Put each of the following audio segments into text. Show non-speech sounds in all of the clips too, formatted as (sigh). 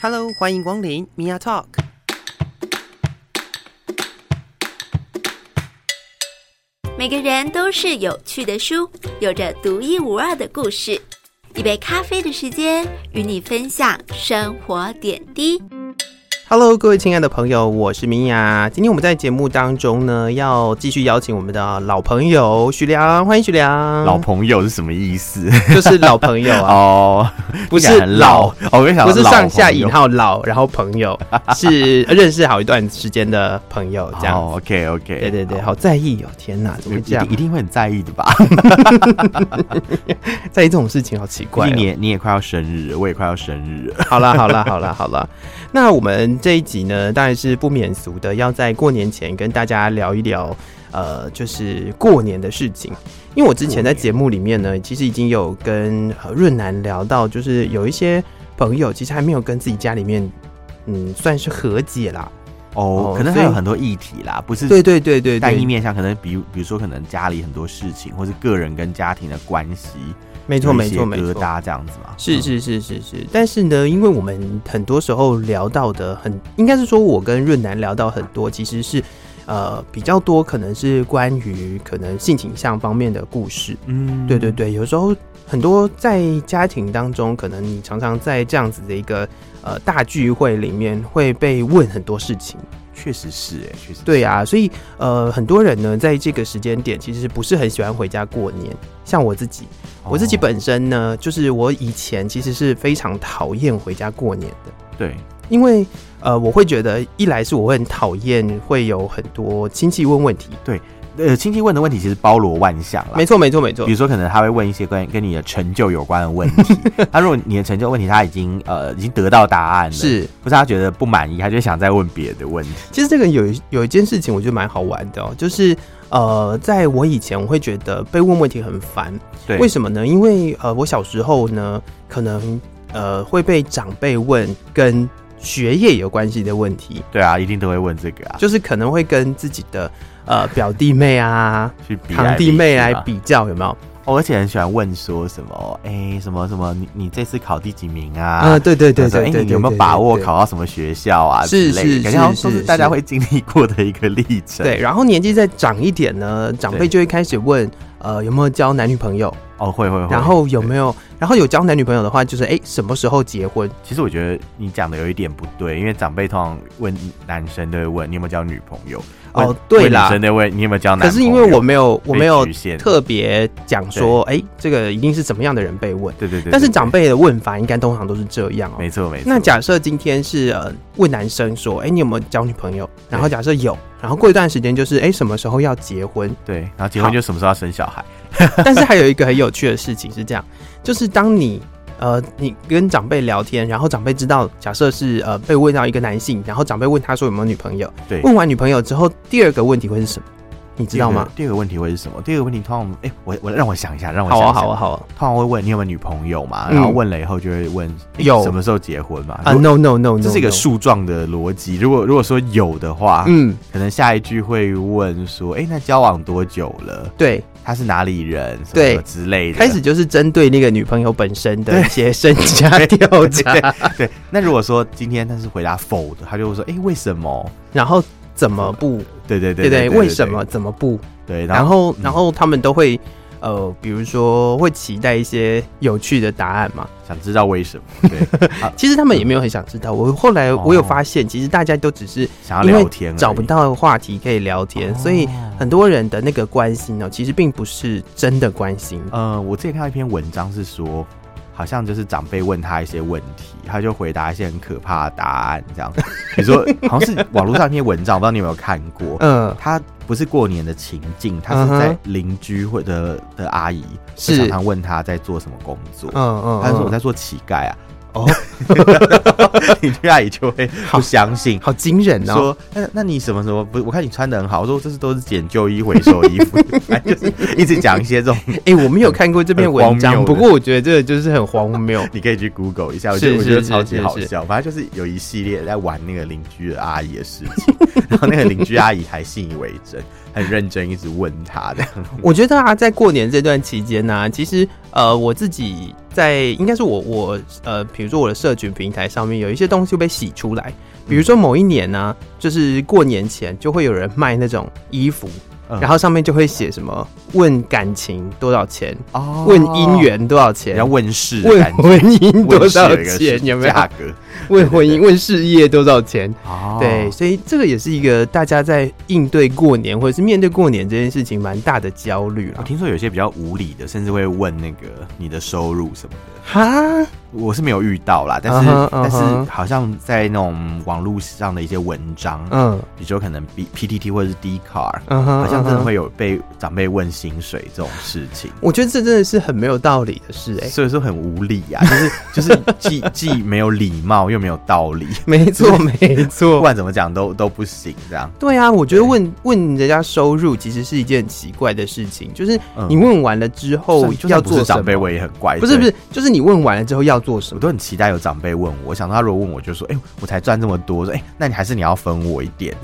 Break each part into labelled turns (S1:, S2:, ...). S1: Hello，欢迎光临 Mia Talk。
S2: 每个人都是有趣的书，有着独一无二的故事。一杯咖啡的时间，与你分享生活点滴。
S1: Hello，各位亲爱的朋友，我是米娅。今天我们在节目当中呢，要继续邀请我们的老朋友许良，欢迎许良。
S3: 老朋友是什么意思？
S1: 就是老朋友
S3: (laughs)
S1: 啊，
S3: 哦，
S1: (laughs) 不
S3: 听起
S1: 是
S3: 来很
S1: 老，
S3: 哦，我就想
S1: 不
S3: 说
S1: 是
S3: 老
S1: 上下
S3: 朋友
S1: 引号老，然后朋友是认识好一段时间的朋友，这样。
S3: 哦，OK OK，
S1: 对对对，好在意哦！天哪，怎么
S3: 一
S1: 会这样
S3: 定一？定会很在意的吧？
S1: 在意这种事情好奇 (laughs) 怪、
S3: 毕
S1: 哦
S3: 竟。你也你也快要生日了，我也快要生
S1: (laughs)
S3: 日了。
S1: 好啦，好啦，好啦，好啦。那我们这一集呢，当然是不免俗的，要在过年前跟大家聊一聊，呃，就是过年的事情。因为我之前在节目里面呢，其实已经有跟呃润南聊到，就是有一些朋友其实还没有跟自己家里面，嗯，算是和解啦。哦
S3: 哦，可能
S1: 所
S3: 还
S1: 以
S3: 有很多议题啦，不是
S1: 对对对对
S3: 单一
S1: 对，
S3: 面向，可能比如比如说可能家里很多事情，或是个人跟家庭的关系，
S1: 没
S3: 没
S1: 错没错没
S3: 疙
S1: 错。
S3: 瘩这样子嘛。
S1: 是
S3: 嗯，
S1: 是是是是，但是呢，因为我们很多时候聊到的很，应该是说我跟润南聊到很多，其实是呃比较多，可能是关于可能性倾向方面的故事。
S3: 嗯
S1: 对对，对，有时候很多在家庭当中，可能你常常在这样子的一个呃大聚会里面会被问很多事情。
S3: 确实是哎，确实是
S1: 对啊，所以呃很多人呢在这个时间点其实不是很喜欢回家过年，像我自己。我自己
S3: 哦
S1: 本身呢，就是我以前其实是非常讨厌回家过年的，
S3: 对
S1: 因为呃，我会觉得一来是我会很讨厌会有很多亲戚问问题，
S3: 呃亲戚问的问题其实包罗万象啦
S1: 没。错没错没错
S3: 比，如说，可能他会问一些跟跟你的成就有关的问
S1: (laughs)
S3: 题。他如果你的成就问题他已经呃已经得到答案了，
S1: 是。
S3: 不是他觉得不满意，他就想再问别的问题。
S1: 其实这个有一有一件事情我觉得蛮好玩的哦，就是呃，在我以前我会觉得被问问题很烦，
S3: 对，
S1: 为什么呢？因为呃，我小时候呢，可能呃会被长辈问跟学业有关系的问题，
S3: 对啊，一定都会问这个啊，
S1: 就是可能会跟自己的呃表弟妹啊。
S3: 去比
S1: 堂弟妹啊来
S3: 来去嘛。
S1: 比较有没有？
S3: 哦，而且很喜欢问说什么，哎、什么什么，你你这次考第几名啊？
S1: 啊，对对对
S3: 或者
S1: 对
S3: 说
S1: 对，
S3: 哎你有没有
S1: 对
S3: 把握？
S1: 对对
S3: 考到什么学校啊？
S1: 是
S3: 之类
S1: 是
S3: 的感觉好
S1: 是
S3: 像都是
S1: 是
S3: 大家
S1: 是
S3: 会经历过的一个历程。
S1: 对，，然后年纪再长一点呢，长辈
S3: 对
S1: 就会开始问，呃，有没有交男女朋友？
S3: 哦，会会会。
S1: 然后有
S3: 对
S1: 没有？然后有交男女朋友的话，就是哎，什么时候结婚？
S3: 其实我觉得你讲的有一点不对，因为长辈通常问男生都会问你有没有交女朋友，
S1: 哦
S3: 问
S1: 对
S3: 问
S1: 啦
S3: 女生都会问你有没有交男
S1: 可
S3: 朋
S1: 是
S3: 友。
S1: 因为我没有，我
S3: 被
S1: 没有
S3: 局限
S1: 特别讲说，哎，这个一定是怎么样的人被问。
S3: 对对对对，
S1: 但是长
S3: 辈
S1: 辈的问法应该通常都是这样哦。
S3: 没错没错。
S1: 那假设今天是呃问男生说，哎，你有没有交女朋友？然后
S3: 对
S1: 假设有，然后过一段时间就是，哎，什么时候要结婚？
S3: 对，然后结婚
S1: 好
S3: 就什么时候要生小孩？
S1: (laughs) 但是还有一个很有趣的事情是这样，就是当你呃你跟长辈聊天，然后长辈知道，假设是呃被问到一个男性，然后长辈问他说有没有女朋友，
S3: 对
S1: 问完女朋友之后，第二个问题会是什么？你哦知道吗？
S3: 第二个？第二个问题会是什么？第二个问题通常哎、我我让我想一下，让我
S1: 好
S3: 想一
S1: 啊，
S3: 下
S1: 好啊，好啊！
S3: 通常会问你有没有女朋友嘛，
S1: 嗯
S3: 然后问了以后就会问、哎
S1: 有
S3: 什么时候结婚嘛？
S1: 啊
S3: 如
S1: ，no
S3: 果
S1: no no no，
S3: 这是一个
S1: no
S3: 树状的逻辑。如果如果说有的话，
S1: 嗯，
S3: 可能下一句会问说，哎、那交往多久了？
S1: 对，啊
S3: 他是哪里人？什么
S1: 对
S3: 之类的。
S1: 开始就是针对那个女朋友本身的一些身家调查，
S3: (laughs) 对，那如果说今天他是回答否的，他就会说，哎、为什么？
S1: 然后怎么不？
S3: 对对
S1: 对
S3: 对
S1: 不对，为什么？？怎么不？
S3: 对，
S1: 然
S3: 然后
S1: 后
S3: 嗯
S1: 然后他们都会呃，比如说会期待一些有趣的答案嘛。
S3: 想知道为什么？对， (laughs) 啊
S1: 其实他们也没有很想知道。我后来
S3: 哦
S1: 我有发现，其实大家都只是
S3: 想要
S1: 因为
S3: 聊天而已，
S1: 找不到话题可以聊天，
S3: 哦
S1: 所以很多人的那个关心呢，其实并不是真的关心。
S3: 呃，我之前看到一篇文章是说，好像就是长辈问他一些问题，他就回答一些很可怕的答案，这样。 (laughs) 比如说，好像是网络上一篇文章，我不知道你有没有看过。
S1: 嗯，
S3: 他不是过年的情境，他是
S1: 嗯
S3: 在邻居或者的阿姨
S1: 是
S3: 会常常问他在做什么工作。
S1: 嗯嗯，
S3: 他就说
S1: 嗯
S3: 我在做乞丐啊， (laughs)
S1: 哦，
S3: 邻居阿姨就会
S1: 好
S3: 不相信，
S1: 好惊人哦！
S3: 说那那你什么什么不？我看你穿的很好，我说这是都是捡旧衣回收衣
S1: (laughs)
S3: 服，反正就是一直讲一些这种
S1: 哎，我没有看过这篇文
S3: 很
S1: 章，
S3: 荒谬
S1: 不
S3: 的。
S1: 过我觉得这个就是很荒谬
S3: 你可以去 Google 一下，我
S1: 是
S3: 觉得我
S1: 是
S3: 觉得
S1: 是
S3: 超级
S1: 是
S3: 好
S1: 是
S3: 笑。反正就是有一系列在玩那个邻居的阿姨的事情， (laughs) 然后那个邻居阿姨还信以为真，很认真一直问他的。
S1: 啊我觉得啊，在过年这段期间呢，其实呃，我自己在应该是我我呃，比如说我的社群平台上面有一些东西被洗出来，比如说某一年呢、就是过年前就会有人卖那种衣服，
S3: 嗯
S1: 然后上面就会写什么问感情多少钱，
S3: 哦
S1: 问姻，缘多少钱，
S3: 要问世的
S1: 问
S3: 感觉，
S1: 婚姻多少
S3: 问世一个
S1: 钱，有
S3: (laughs)
S1: 没有？
S3: 价格？
S1: 问婚姻、问事业多少钱？
S3: 哦
S1: 对，所以这个也是一个大家在应对过年或者是面对过年这件事情蛮大的焦虑
S3: 我
S1: 啊。
S3: 听说有些比较无理的，甚至会问那个你的收入什么的。
S1: 哈，
S3: 我是没有遇到啦，但是、
S1: 嗯哼
S3: 但
S1: 嗯哼
S3: 是好像在那种网络上的一些文章，
S1: 嗯
S3: 比如说可能 B P T T 或者是 D Car，、
S1: 嗯哼，
S3: 好像真
S1: 嗯
S3: 的
S1: 哼。
S3: 会有被长辈问薪水这种事情。
S1: 我觉得这真的是很没有道理的事哎、
S3: 所以说很无理啊，就是 (laughs) 就是既既没有礼貌又没有道理，
S1: 没错，没
S3: 不 (laughs)
S1: 错。
S3: 管怎么讲都都不行这样。
S1: 对啊，我觉得问问人家收入其实是一件很奇怪的事情，就是
S3: 嗯
S1: 你问完了之后
S3: 就算
S1: 要
S3: 不是
S1: 哦做什
S3: 长辈
S1: 么？
S3: 我也很乖，
S1: 不是
S3: 对
S1: 不是，就是你问完了之后要做什
S3: 我
S1: 么？
S3: 都很期待有长辈问我，我想到他如果问我，就说：“哎、我才赚这么多，说哎、那你还是你要分我一
S1: (laughs)
S3: 点。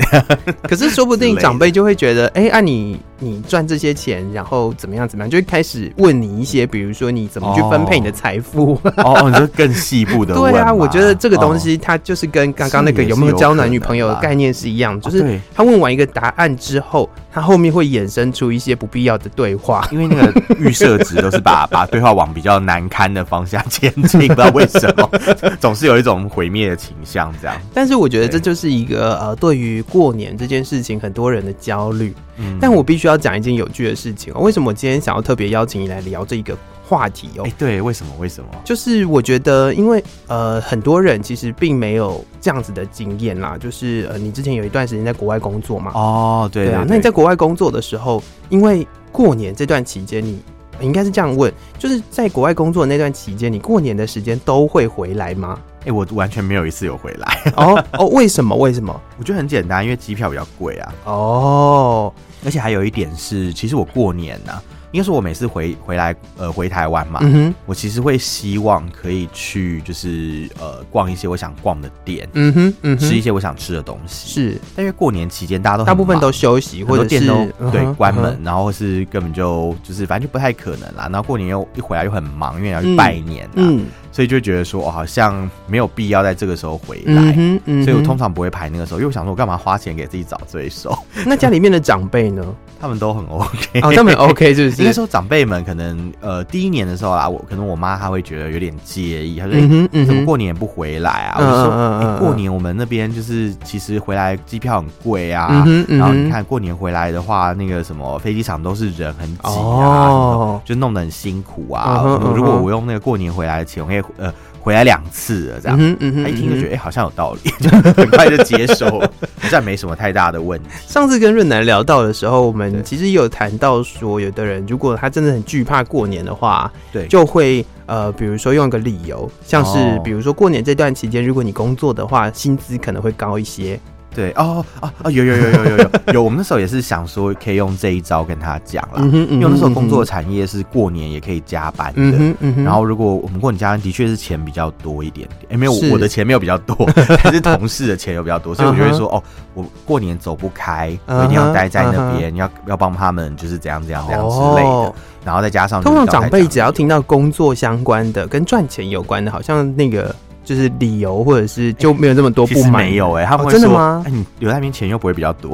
S1: 可是说不
S3: (laughs) 之
S1: 定
S3: 类的
S1: 长辈就会觉得，哎、啊你你赚这些钱，然后怎么样怎么样，就会开始问你一些，比如说你怎么去分配你的财富、”
S3: 哦哦，你就更细部 (laughs) 的问
S1: 对啊，
S3: 嘛
S1: 我觉得这个东
S3: 哦
S1: 西它就是跟刚刚那个
S3: 是也
S1: 有
S3: 是
S1: 没有交男女
S3: 有可能
S1: 朋友的
S3: 啦
S1: 概念是一样，就
S3: 哦
S1: 是
S3: 对
S1: 他问完一个答案之后，他后面会衍生出一些不必要的对话。 (laughs)
S3: 因为那个预设值都是把 (laughs) 把对话往比较难堪的方向前进，不知道为什么， (laughs) 总是有一种毁灭的倾向这样。
S1: 但是我觉得这
S3: 对
S1: 就是一个呃，对于过年这件事情，很多人的焦虑。
S3: 嗯
S1: 但我必须要讲一件有趣的事情哦。为什么我今天想要特别邀请你来聊这个话题哦
S3: 哎、？对，为什么？为什么？
S1: 就是我觉得，因为呃，很多人其实并没有这样子的经验啦。就是呃，你之前有一段时间在国外工作嘛，
S3: 哦，对
S1: 对啊，那你在国外工作的时候，因为过年这段期间，你你应该是这样问，就是在国外工作那段期间，你过年的时间都会回来吗？
S3: (laughs) 哎、我完全没有一次有回来， (laughs)
S1: 哦哦，为什么？为什么？
S3: 我觉得很简单，因为机票比较贵啊，
S1: 哦，
S3: 而且还有一点是，其实我过年呐、应该说我每次回回来呃回台湾嘛，
S1: 嗯哼，
S3: 我其实会希望可以去就是呃逛一些我想逛的店，
S1: 嗯哼，嗯
S3: 吃一
S1: 哼，
S3: 些我想吃的东西。
S1: 是，
S3: 但因为过年期间大家都很
S1: 大部分
S3: 忙
S1: 都休息，
S3: 很
S1: 或
S3: 多
S1: 者
S3: 店
S1: 是
S3: 都
S1: 嗯
S3: 对
S1: 哼
S3: 关
S1: 嗯哼
S3: 门，然后是根本就就是反正就不太可能啦。然后过年又一回来又很忙，因为要去拜年啊，
S1: 嗯
S3: 所以就觉得说哦，好像没有必要在这个时候回
S1: 嗯
S3: 来。
S1: 哼，嗯哼
S3: 所以我通常不会排那个时候，因为我想说，我干嘛花钱给自己找罪受？ (laughs)
S1: 那家里面的长辈呢？
S3: 他们都很 OK，
S1: 哦，他们 OK 是不
S3: 应该
S1: 是？
S3: 说长辈们可能呃第一年的时候啦，我可能我妈她会觉得有点介意，她说、
S1: 嗯哼
S3: 欸
S1: 嗯
S3: 怎
S1: 哼
S3: 么过年也不回来啊？
S1: 嗯
S3: 我就说、
S1: 嗯嗯
S3: 欸
S1: 嗯
S3: 过年我们那边就是其实回来机票很贵啊，
S1: 嗯哼嗯哼
S3: 然后你看过年回来的话，那个什么飞机场都是人很挤啊，
S1: 哦
S3: 什么就弄得很辛苦啊。
S1: 嗯哼
S3: 什么如
S1: 嗯
S3: 果
S1: 哼
S3: 我用那个过年回来的钱，我可以呃回来两次了
S1: 嗯
S3: 这样。
S1: 哼嗯哼，
S3: 她一听就觉
S1: 嗯
S3: 得，哎、好像有道理， (laughs) 就很快就接受 (laughs) 了，好像没什么太大的问题。
S1: 哼上次跟润南聊到的时候，我们
S3: 对
S1: 其实也有谈到说，有的人如果他真的很惧怕过年的话，
S3: 对，
S1: 就会呃，比如说用一个理由，像是
S3: 哦
S1: 比如说过年这段期间，如果你工作的话，薪资可能会高一些。
S3: 对哦哦哦，有有有有有有有，我们那时候也是想说可以用这一招跟他讲啦，
S1: 嗯哼嗯哼
S3: 因为我那时候工作的产业是过年也可以加班的。
S1: 嗯哼嗯哼，
S3: 然后，如果我们过年加班，的确是钱比较多一点点。哎，没有，
S1: 是
S3: 我的钱没有比
S1: (laughs)
S3: 较多，但是同事的钱有比较多，所以我就会说，哦，我过年走不开，我一
S1: 嗯
S3: 定要
S1: 哼
S3: 待在那
S1: 嗯
S3: 边，要要帮他们，就是怎样怎样怎样之类的
S1: 哦。，
S3: 然后再加上就是
S1: 通常
S3: 刚才
S1: 长辈
S3: 讲
S1: 只要听到工作相关的、跟赚钱有关的，好像那个就是理由或者是就没有这么多
S3: 其
S1: 不
S3: 实
S1: 满，
S3: 没有哎，他
S1: 哦
S3: 们会
S1: 真的
S3: 说
S1: 吗
S3: 哎，你留在那边钱又不会比较多，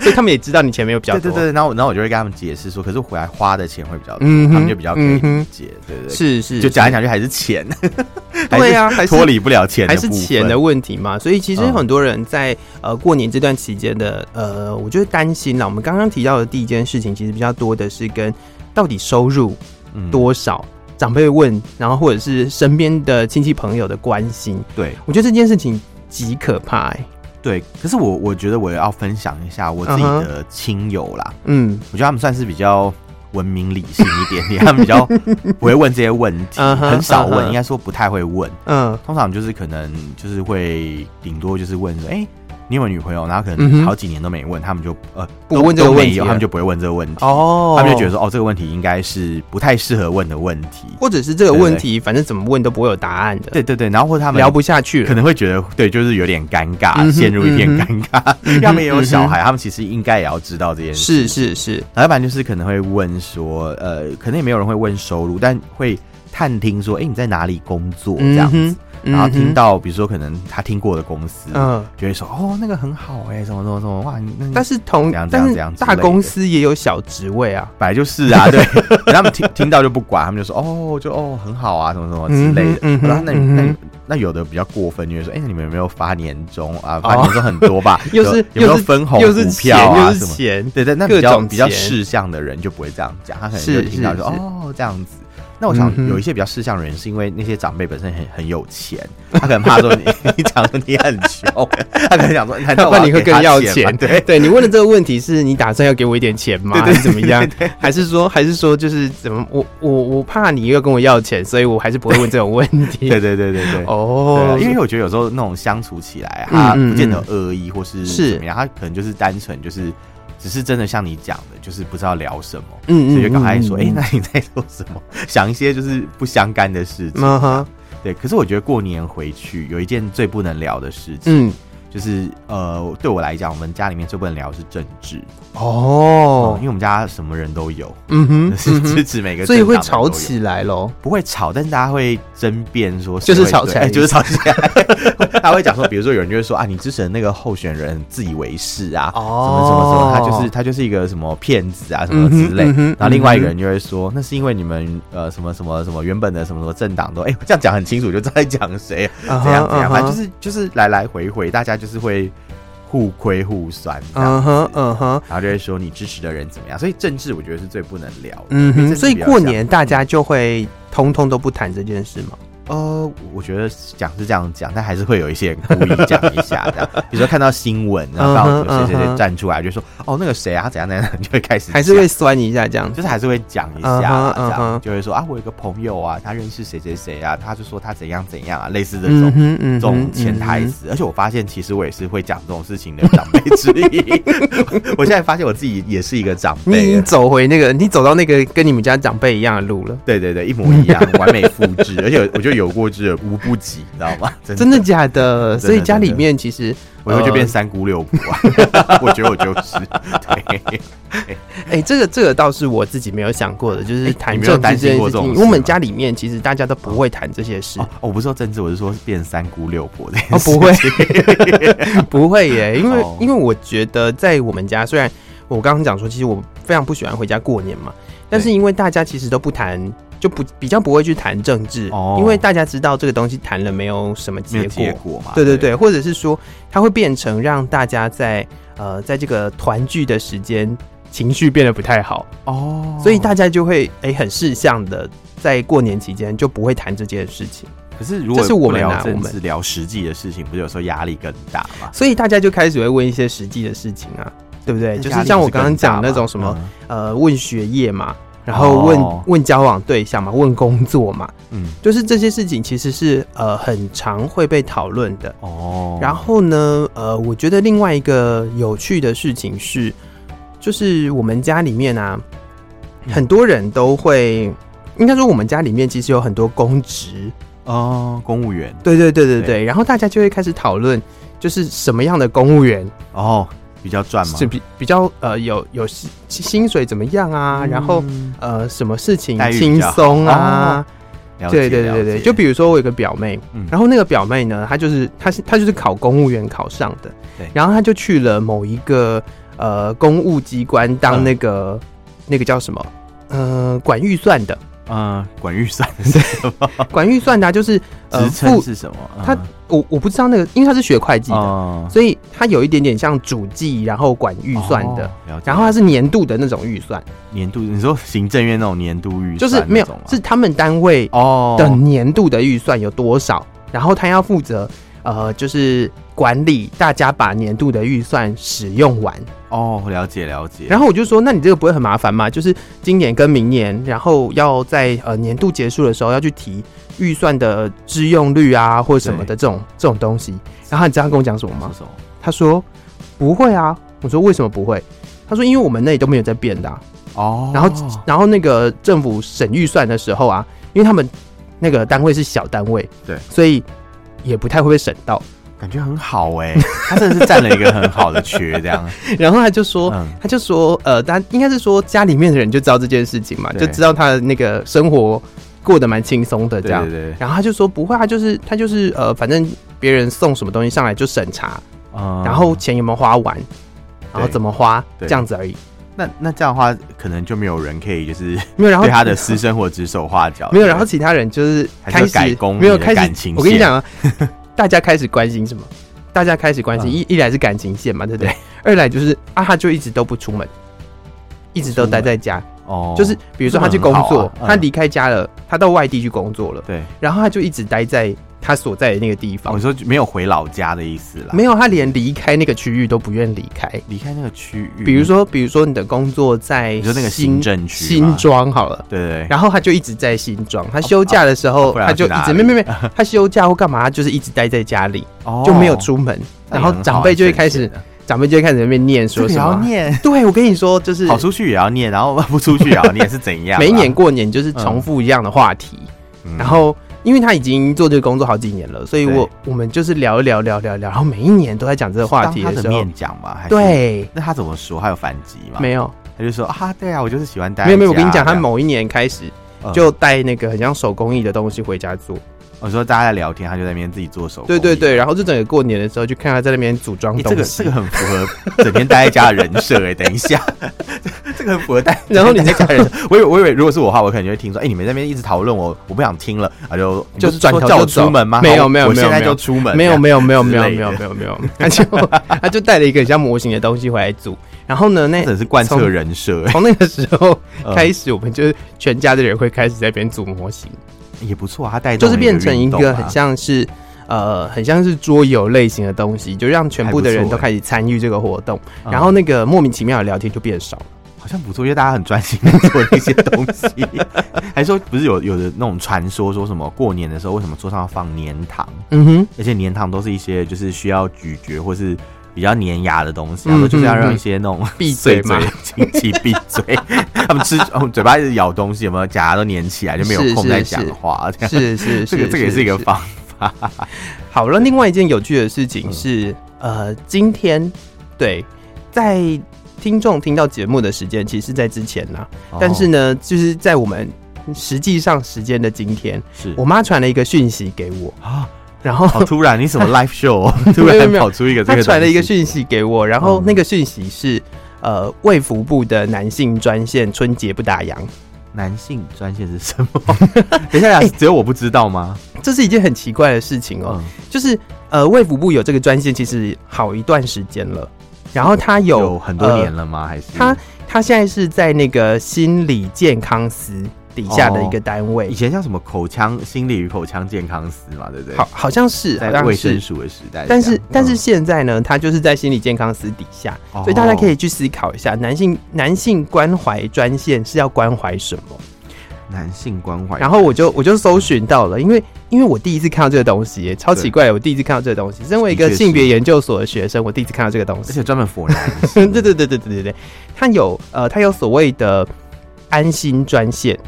S1: 所以他们也知道你钱没有比较
S3: 对
S1: 多。
S3: 对对，然后然后我就会跟他们解释说，可是回来花的钱会比较多，
S1: 嗯哼
S3: 他们就比较可以
S1: 嗯哼
S3: 理解，对对对，
S1: 是是，
S3: 就讲来讲去还是钱， (laughs)
S1: 对呀、还
S3: 还是
S1: 是
S3: 脱离不了钱的
S1: 还
S3: 部
S1: 是
S3: 分，
S1: 钱的问题嘛，所以其实
S3: 嗯
S1: 很多人在、呃过年这段期间的呃，我觉得担心啦。我们刚刚提到的第一件事情，其实比较多的是跟到底收入
S3: 嗯
S1: 多少，长辈问，然后或者是身边的亲戚朋友的关心，
S3: 对
S1: 我觉得这件事情极可怕、欸。
S3: 对。可是我我觉得我也要分享一下我自己的亲友啦，
S1: 嗯
S3: 我觉得他们算是比较文明理性一点点，他们
S1: (laughs)
S3: 比较不会问这些问题，
S1: 嗯哼
S3: 很少
S1: 嗯
S3: 问，
S1: 哼
S3: 应该说不太会问。
S1: 嗯
S3: 通常就是可能就是会顶多就是问说，哎、你有没有女朋友？然后可
S1: 嗯哼
S3: 能好几年都没问，他们就呃
S1: 不
S3: 都
S1: 问这个
S3: 都没
S1: 问题
S3: 有
S1: 了
S3: 他们就不会问这个问题。
S1: 哦，
S3: 他们就觉得。说，哦，这个问题应该是不太适合问的问题。
S1: 或者是这个问题，反正怎么问都不会有答案的，
S3: 对对对，然后或者他们
S1: 聊不下去
S3: 可
S1: 了。
S3: 能会觉得，对，就是有点尴尬，
S1: 嗯哼
S3: 陷入一片
S1: 嗯哼
S3: 尴尬。 (laughs) 因为他们也有小孩，他们其实应该也要知道这件事。
S1: 是是是，
S3: 然后要不然就是可能会问说，呃，可能也没有人会问收入，但会探听说，哎、你在哪里工作这样子，
S1: 嗯哼
S3: 然后听，
S1: 嗯
S3: 到比如说可能他听过的公司，
S1: 哼嗯。
S3: 就会说哦那个很好哎、什么什么什么哇，你那你
S1: 但是同
S3: 怎样怎
S1: 但
S3: 样
S1: 是
S3: 怎样之
S1: 大
S3: 类的
S1: 公司也有小职位啊，
S3: 本来就是
S1: (laughs)
S3: 啊，对，然后他们听听到就不管，他们就说哦，就哦很好啊，什么什么之类的。
S1: 嗯哼嗯哼
S3: 然后那
S1: 嗯哼
S3: 那那有的比较过分，就会说，哎、你们有没有发年终啊？发年终很多吧？
S1: 哦 (laughs) 又
S3: 有
S1: 是
S3: 有没有
S1: 又是
S3: 分红、
S1: 又是
S3: 股
S1: 钱
S3: 票啊
S1: 又
S3: 什
S1: 是
S3: 么？
S1: 钱，
S3: 对对，那
S1: 各
S3: 比较
S1: 种
S3: 比较
S1: 钱
S3: 事项的人就不会这样讲，他可能就是听到
S1: 是
S3: 说
S1: 是
S3: 哦这样子。那我想
S1: 嗯哼
S3: 有一些比较事项的人，是因为那些长辈本身很很有钱，他可能怕说你 (laughs) 你讲说你很穷，他可能
S1: (laughs)
S3: 想说，难道
S1: 要不
S3: 我
S1: 然你会
S3: 给
S1: 更
S3: 他
S1: 要
S3: 钱
S1: (laughs)
S3: 吗？
S1: 钱。
S3: 对，
S1: 你问的这个问题是你打算要给我一点钱吗？
S3: 对对
S1: 还是怎么样？还是说还是说就是怎么我我我怕你又跟我要钱，所以我还是不会问这种问题。
S3: (laughs) 对对对对对。对
S1: 哦
S3: 啊，因为我觉得有时候那种相处起来，
S1: 嗯
S3: 他
S1: 嗯
S3: 不见得有恶意或是
S1: 是
S3: 怎么样，他可能就是单纯就是，只是真的像你讲的，就是不知道聊什么，
S1: 嗯
S3: 所以就赶快说，哎、
S1: 嗯
S3: 那你在做什么？想一些就是不相干的事情。
S1: 嗯哼
S3: 对，可是我觉得过年回去有一件最不能聊的事情，
S1: 嗯
S3: 就是呃，对我来讲，我们家里面最不能聊是政治，哦、
S1: 哦
S3: 因为我们家什么人都有，
S1: 嗯哼
S3: (laughs) 是
S1: 嗯
S3: 支
S1: 哼，
S3: 持每个，
S1: 所以会吵。起来喽。
S3: 不会吵，但是大家会争辩说
S1: 就是
S3: 谁会
S1: 吵
S3: 对
S1: 起来
S3: 哎就是吵起来。 (laughs) 他会讲说，比如说有人就会说啊，你支持的那个候选人自以为是啊，
S1: 哦
S3: 什么什么什么，他就是他就是一个什么骗子啊，什么之类。
S1: 嗯哼嗯哼
S3: 然后另外一个人就会说，那是因为你们呃什么什么什么原本的什么什么政党都哎、这样讲很清楚，就知道在讲谁
S1: 啊哈
S3: 怎样怎样，
S1: 啊哈
S3: 反正就是就是来来回回，大家就是会互亏互酸这样
S1: 嗯
S3: 子。
S1: 哼嗯哼
S3: 然后就会说你支持的人怎么样，所以政治我觉得是最不能聊的。
S1: 嗯
S3: 因为
S1: 哼，
S3: 政治
S1: 所以
S3: 比较
S1: 过
S3: 像
S1: 年大家就会通通都不谈这件事嘛。
S3: 呃，我觉得讲是这样讲，但还是会有一些人故意讲一下这样。比如说看到新闻，然后
S1: 嗯哼
S3: 到底有谁谁
S1: 嗯
S3: 谁
S1: 哼
S3: 站出来，就说哦那个谁啊，他怎样怎样，就会开始
S1: 还是
S3: 讲
S1: 会酸一下这样子。
S3: 就是还是会讲一
S1: 嗯
S3: 下
S1: 哼
S3: 啊
S1: 嗯
S3: 这样
S1: 哼
S3: 就会说啊我有个朋友啊，他认识谁谁谁啊，他就说他怎样怎样啊，类似这
S1: 嗯
S3: 种。
S1: 哼嗯哼嗯
S3: 这种潜台词，而且我发现，其实我也是会讲这种事情的长辈之一。我现在发现我自己也是一个长
S1: 你已
S3: 辈啊
S1: 经，走回那个，你走到那个跟你们家长辈一样的路了，
S3: 对对对，一模一样，完美复制。而且我觉得有过之而无不及，你知道吗？
S1: (laughs)
S3: 真
S1: 真的假的？
S3: 真的
S1: 所以家里面其实，
S3: 我以后就
S1: 呃
S3: 变三姑六婆 (laughs) 啊！我觉得我就是，对，
S1: 哎、这个这个倒是我自己没有想过的，就是
S3: 哎
S1: 谈
S3: 你没有
S1: 政治
S3: 担心
S1: 这件
S3: 过
S1: 事
S3: 这种
S1: 情。
S3: 事
S1: 我们
S3: 吗
S1: 家里面其实大家都不会谈这些事，
S3: 哦，我不是说政治，我是说变三姑六婆的。
S1: 哦，不会，
S3: (laughs)
S1: 不会耶，因为、
S3: 哦
S1: 因为我觉得在我们家，虽然我刚刚讲说，其实我非常不喜欢回家过年嘛，但是因为大家其实都不谈，就不比较不会去谈政治，
S3: 哦
S1: 因为大家知道这个东西谈了没有什么
S3: (laughs) 没
S1: 结
S3: 有
S1: 果，
S3: 结果嘛？
S1: 对对对，或者是说它会变成让大家在呃在这个团聚的时间情绪变得不太好，
S3: 哦，
S1: 所以大家就会哎、很事项的在过年期间就不会谈这件事情。
S3: 可是如
S1: 这
S3: 果
S1: 是我
S3: 不
S1: 们啊
S3: 聊
S1: 我
S3: 政
S1: 们
S3: 治，聊实际的事情，不是有时候压力更大吗？
S1: 所以大家就开始会问一些实际的事情啊，对不对？就
S3: 那压
S1: 是
S3: 力
S1: 像我
S3: 不
S1: 刚刚
S3: 更大
S1: 讲那
S3: 吗
S1: 种什么、
S3: 嗯
S1: 呃，问学业嘛，然后问、
S3: 哦
S1: 问交往对象嘛，问工作嘛，
S3: 嗯
S1: 就是这些事情其实是呃很常会被讨论的。
S3: 哦，
S1: 然后呢，呃，我觉得另外一个有趣的事情是，就是我们家里面啊，
S3: 嗯
S1: 很多人都会。应该说，我们家里面其实有很多公职，
S3: 哦，公务员
S1: 对对对对对，
S3: 对
S1: 然后大家就会开始讨论，就是什么样的公务员
S3: 哦比较赚吗
S1: 是？比比较呃有有薪薪水怎么样啊，然后
S3: 嗯
S1: 呃什么事情
S3: 待遇
S1: 轻
S3: 比较好哦
S1: 松啊，
S3: 了解
S1: 对对对
S3: 了
S1: 对，
S3: 解
S1: 就比如说我有个表妹，
S3: 嗯
S1: 然后那个表妹呢，她就是她是她就是考公务员考上的，
S3: 对
S1: 然后她就去了某一个呃公务机关当
S3: 嗯
S1: 那个、那个叫什么呃管预算的，
S3: 嗯管预算是什么？
S1: 管预算的啊、
S3: (laughs)
S1: 就是 (laughs) 呃
S3: 哦职称是什么？嗯
S1: 他我我不知道那个，因为她是学会计的，
S3: 哦
S1: 所以她有一点点像主计，然后管预算的。，
S3: 哦了解
S1: 然后它是年度的那种预算，
S3: 年度，你说行政院那种年度预
S1: 就
S3: 算
S1: 是没
S3: 那
S1: 有
S3: 种吗啊
S1: 是他们单位
S3: 哦
S1: 的年度的预算有多少，然后他要负责呃，就是管理大家把年度的预算使用完。
S3: 哦，了解了解。
S1: 然后我就说，那你这个不会很麻烦吗？就是今年跟明年，然后要在呃年度结束的时候要去提预算的支用率啊，或者什么的这种这种东西。然后你知道他跟我讲什么吗
S3: 是？什么？
S1: 他说不会啊。我说为什么不会？他说因为我们那里都没有在变的啊、
S3: 哦，
S1: 然后，然后那个政府审预算的时候啊，因为他们那个单位是小单位，
S3: 对
S1: 所以也不太会被审到。 (laughs)
S3: 感觉很好哎、他真的是占了一个很好的缺，这样。
S1: 然后他就 (laughs) 说，
S3: 嗯，
S1: 他就说，呃，他应该是说家里面的人就知道这件事情嘛，
S3: 对
S1: 就知道他的那个生活过得蛮轻松的这
S3: 对
S1: 样
S3: 对。对，
S1: 然后他就说不会，他就是他就是呃，反正别人送什么东西上来就审查，
S3: 嗯
S1: 然后钱有没有花完，然后
S3: 对
S1: 怎么花这
S3: 对
S1: 样子而已。
S3: 那那这样的话，可能就没有人可以就是
S1: 没有，然后
S3: (laughs) 对他的私生活指手画脚。
S1: 没有，然后
S3: 哦对
S1: 其他人就是
S3: 还是
S1: 开
S3: 要
S1: 始
S3: 改攻
S1: 没有
S3: 你的
S1: 开始
S3: 感情
S1: 我跟你
S3: 线
S1: 讲
S3: (laughs)
S1: 啊，大家开始关心什么？大家开始关心、
S3: 嗯
S1: 一一来是感情线嘛，对不对？
S3: 对
S1: 二来就是啊，他就一直都不出门，一直都待在家。
S3: 哦，
S1: 就是比如说他去工
S3: 这很
S1: 作，
S3: 好啊嗯
S1: 他离开家了，他到外地去工作了，
S3: 对，
S1: 然后他就一直待在他所在的那个地方
S3: 我，说没有回老家的意思啦，
S1: 哦没有，他连离开那个区域都不愿离开。
S3: 离开那个区域。
S1: 比如，说，比如说你的工作在
S3: 你说那个
S1: 新
S3: 行政区
S1: 新
S3: 嘛
S1: 庄好了。
S3: 对对对，
S1: 然后他就一直在新庄，他休假的时
S3: 啊
S1: 候
S3: 不然
S1: 他
S3: 要
S1: 就
S3: 去
S1: 一
S3: 哪
S1: 直
S3: 里
S1: 没没没，他休假或干嘛，他就是一直待在家里，
S3: 哦
S1: 就没有，出门。
S3: 那
S1: 然
S3: 也
S1: 后
S3: 很
S1: 长
S3: 哦好
S1: 辈就会
S3: 省
S1: 开
S3: 钱
S1: 始
S3: 的，
S1: 长辈就会开始在那边念
S3: 这
S1: 说
S3: 个也
S1: 什
S3: 要
S1: 么。
S3: 念，
S1: 对，我跟你说，就是
S3: 跑出去也要念，然后不出去也要念，是怎样啊？
S1: (laughs) 每一年过年就是重复一样的话题。
S3: 嗯，
S1: 然后，因为他已经做这个工作好几年了，所以我
S3: 对
S1: 我们就是聊一聊聊聊聊，然后每一年都在讲这个话题
S3: 当他
S1: 时
S3: 的
S1: 候，
S3: 面讲嘛，还是。
S1: 对，
S3: 那他怎么说？他有反击吗？
S1: 没有
S3: 他就说啊，对啊，我就是喜欢待在
S1: 没有没有，我跟你
S3: 家
S1: 讲，他
S3: 这样
S1: 某一年开始
S3: 嗯
S1: 就带那个很像手工艺的东西回家做。
S3: 我说大家在聊天，他就在那边自己做手工
S1: 对
S3: 艺。
S1: 对对，然后就整个过年的时候，就看他在那边组装
S3: 欸
S1: 东西，
S3: 这个这个很符合整天待在家的人设哎、等一下， (laughs) 这个很符合待。
S1: (laughs) 然后你
S3: 在家的人设，我以为我以为如果是我的话，我可能就会听说，哎、你们在那边一直讨论我，我不想听了，啊就
S1: 就
S3: 你不是
S1: 转头
S3: 说叫我
S1: 就走
S3: 出门吗？
S1: 没有
S3: 好
S1: 没有
S3: 我
S1: 没有
S3: 现在
S1: 没有
S3: 就出门，
S1: 没有没有没有
S3: 之
S1: 没有
S3: 类
S1: 没有
S3: 的
S1: 没有没有，他就他就带了一个很像模型的东西回来组，然后呢，那
S3: 这真的是贯彻
S1: 从
S3: 人设、欸，
S1: 从那个时候
S3: (laughs) 嗯
S1: 开始，我们就是全家的人会开始在那边组模型，
S3: 也不错啊，他带动
S1: 就是
S3: 了
S1: 变成一
S3: 运动啊
S1: 个
S3: 嘛
S1: 很像是。呃，很像是桌游类型的东西，就让全部的人
S3: 还不错欸
S1: 都开始参与这个活动，
S3: 嗯
S1: 然后那个莫名其妙的聊天就变少了。
S3: 好像不错，因为大家很专心地做那些东西。还说不是有有的那种传说，说什么过年的时候为什么桌上要放粘
S1: (laughs)
S3: 糖？
S1: 嗯哼，
S3: (laughs) 而且粘糖都是一些就是需要咀嚼或是比较粘牙的东西，
S1: 嗯
S3: 然后就是要
S1: 嗯
S3: 让
S1: 嗯
S3: 一些那种
S1: (laughs) 闭
S3: 碎
S1: 嘴嘛
S3: 的亲戚闭
S1: (laughs)
S3: 嘴。他们吃，他们嘴巴一直咬东西，有没有假牙都粘起来，就没有空
S1: 是
S3: 再
S1: 是
S3: 讲
S1: 是
S3: 话。这样
S1: 是是是，
S3: (laughs) 这个这个也是一个方
S1: 好了，另外一件有趣的事情
S3: 嗯
S1: 是，呃，今天对，在听众听到节目的时间，其实是在之前啦，
S3: 法。
S1: 但是
S3: 哦
S1: 呢，就是在我们实际上时间的今天，
S3: 是
S1: 我妈传了一个讯息给我，
S3: 啊，
S1: 然后
S3: 嗯好突然，你什么 live show？哦
S1: (laughs)
S3: 突
S1: 没有
S3: 然
S1: 没有
S3: 跑出一个这
S1: 她
S3: 个，
S1: 传了一个，讯息给我，然后
S3: 嗯
S1: 那个讯息是。呃，卫福部的男性专线春节不打烊，
S3: 男性专线是什么？ (laughs) 等一下，等一下只有我不知道吗？
S1: 这是一件很奇怪的事情哎哦。
S3: 嗯，
S1: 就是呃，卫福部有这个专线，其实好一段时间了，然后它有
S3: 有很多
S1: 呃
S3: 年了吗？还是
S1: 他他现在是在那个心理健康司底下的一个单位，
S3: 以前像什么口腔心理与口腔健康司嘛，对不对？
S1: 好，好像是好
S3: 在
S1: 像
S3: 卫生
S1: 是，
S3: 署的时代这
S1: 但
S3: 样，
S1: 是但是
S3: 嗯
S1: 现在呢，他就是在心理健康司底下，
S3: 哦
S1: 所以大家可以去思考一下，男性男性关怀专线是要关怀什么？
S3: 男性关怀，
S1: 然后我就我就搜寻到了，因为因为我第一次看到这个东西耶，超奇怪的，我第一次看到这个东西，身为一个
S3: 的确是
S1: 性别研究所的学生，我第一次看到这个东
S3: 而 (laughs)
S1: 西，，
S3: 且专门佛男
S1: (laughs) 对对对对对对对，他有呃，他有所谓的安心专线
S3: 哦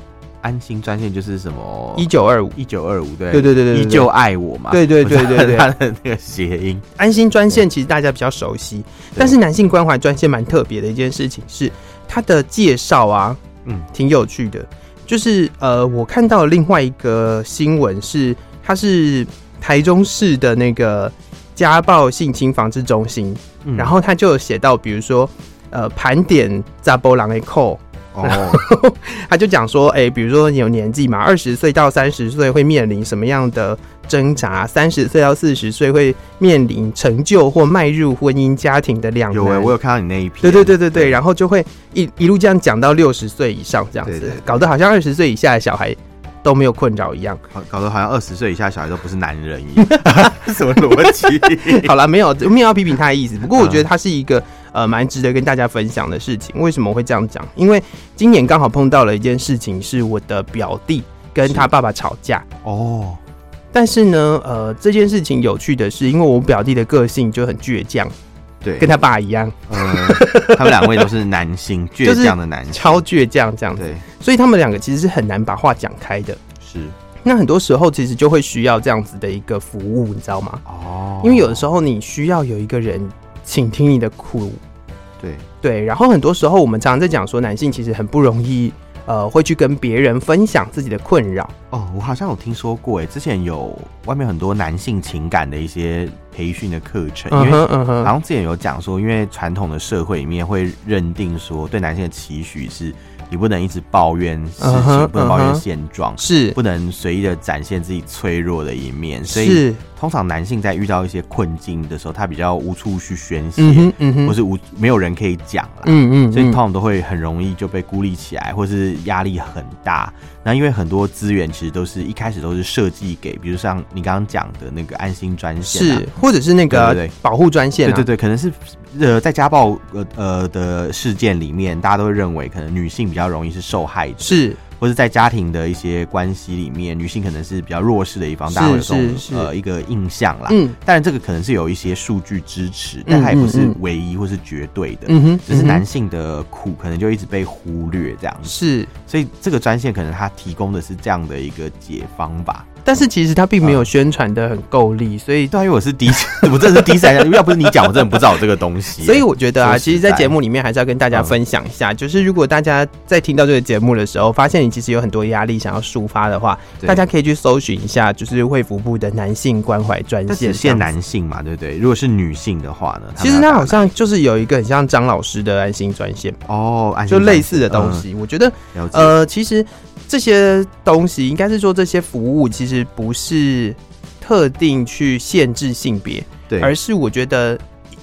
S3: 安心专线就是什么
S1: 一九二五。
S3: 一九二五对
S1: 对对对对对
S3: 依旧爱我嘛，
S1: 对对对
S3: 我知道
S1: 对对
S3: 他的那个谐音
S1: 安心专线其实大家比较熟悉，但是男性关怀专线蛮特别的一件事情是，它的介绍啊，嗯
S3: 嗯，
S1: 挺有趣的。就是呃，我看到另外一个新闻是，它是台中市的那个家暴性侵防治中心，
S3: 嗯
S1: 然后它就有写到，比如说呃，盘点扎波狼的扣，
S3: 哦，
S1: 他就讲说，哎、比如说你有年纪嘛，二十岁到三十岁会面临什么样的挣扎？三十岁到四十岁会面临成就或迈入婚姻家庭的两
S3: 有哎，
S1: (laughs) 难。
S3: 我有看到你那一篇，
S1: 对对对对对，然后就会一一路这样讲到六十岁以上这样子，
S3: 对对对
S1: 搞得好像二十岁以下的小孩都没有困扰一样。
S3: 搞搞得好像二十岁以下小孩都不是男人
S1: (laughs)
S3: 一样，什么逻辑？
S1: 好了，没
S3: (laughs)
S1: 有没有要批评他的意思，不过我觉得他是一个呃蛮值得跟大家分享的事情。为什么我会这样讲？因为今年刚好碰到了一件事情，是我的表弟跟他爸爸吵架。
S3: 哦，
S1: 但是呢，呃，这件事情有趣的是，因为我表弟的个性就很倔强，
S3: 对，
S1: 跟他爸一样，
S3: 呃，他们两位都是
S1: (laughs)
S3: 男性，
S1: 就是
S3: 倔强的男性，
S1: 超倔强这样子，
S3: 嗯对，
S1: 所以他们两个其实是很难把话讲开的。
S3: 是
S1: 那很多时候其实就会需要这样子的一个服务，你知道吗？
S3: 哦，
S1: 因为有的时
S3: 候
S1: 候你需要有一个人倾听你的苦，
S3: 对
S1: 对。然后很多时候我们常常在讲说，男性其实很不容易呃会去跟别人分享自己的困扰。
S3: 哦，我好像有听说过，哎，之前有外面很多男性情感的一些培训的课程，因
S1: 嗯
S3: 为
S1: 哼嗯
S3: 好
S1: 哼，
S3: 像之前有讲说，因为传统的社会里面会认定说，对男性的期许是，你不能一直抱怨事情
S1: 嗯哼
S3: 不能抱
S1: 嗯
S3: 怨
S1: 哼
S3: 现状，
S1: 是
S3: 不能随意的展现自己脆弱的一面，所以
S1: 是，
S3: 通常男性在遇到一些困境的时候，他比较无处去宣泄，
S1: 嗯哼嗯哼，
S3: 或是无没有人可以讲啦。
S1: 嗯嗯，
S3: 所以
S1: 嗯
S3: 通常都会很容易就被孤立起来，或是压力很大。那因为很多资源其实都是一开始都是设计给，比如像你刚刚讲的那个安心专线、啊，
S1: 是，或者是那
S3: 对对
S1: 个
S3: 对
S1: 保护专线、啊，
S3: 对对对，可能是呃在家暴呃呃的事件里面，大家都会认为可能女性比较容易是受害者，
S1: 是
S3: 或是在家庭的一些关系里面，女性可能是比较弱势的一方，大家会有这
S1: 是是
S3: 种呃一个印象啦。
S1: 嗯
S3: 当然，这个可能是有一些数据支持，但它也不是唯一或是绝对的。
S1: 嗯哼，
S3: 只是
S1: 嗯哼
S3: 男性的苦可能就一直被忽略这样子，
S1: 是，
S3: 所以这个专线可能它提供的是这样的一个解方吧。
S1: 但是其实他并没有宣传的很够力，所以
S3: 对啊，因为我是第一
S1: (laughs)
S3: 次，我真的是第一次来讲，要不是你讲，我真的不知道有这个东西。
S1: 所以我觉得啊，
S3: 说
S1: 其实，
S3: 实在
S1: 在嗯节目里面还是要跟大家分享一下，就是如果大家在听到这个节目的时候，发现你其实有很多压力想要抒发的话，
S3: 对
S1: 大家可以去搜寻一下，就是卫福部的男性关怀专
S3: 它
S1: 线。
S3: 只限。男性嘛，对不对？如果是女性的话呢？
S1: 其实它好像就是有一个很像张老师的安心专线，
S3: 哦，安心
S1: 就类
S3: 专
S1: 似的东西。我觉得，
S3: 线，嗯了解。
S1: 呃，其实这些东西应该是说这些服务其实不是特定去限制性别，
S3: 对，
S1: 而是我觉得，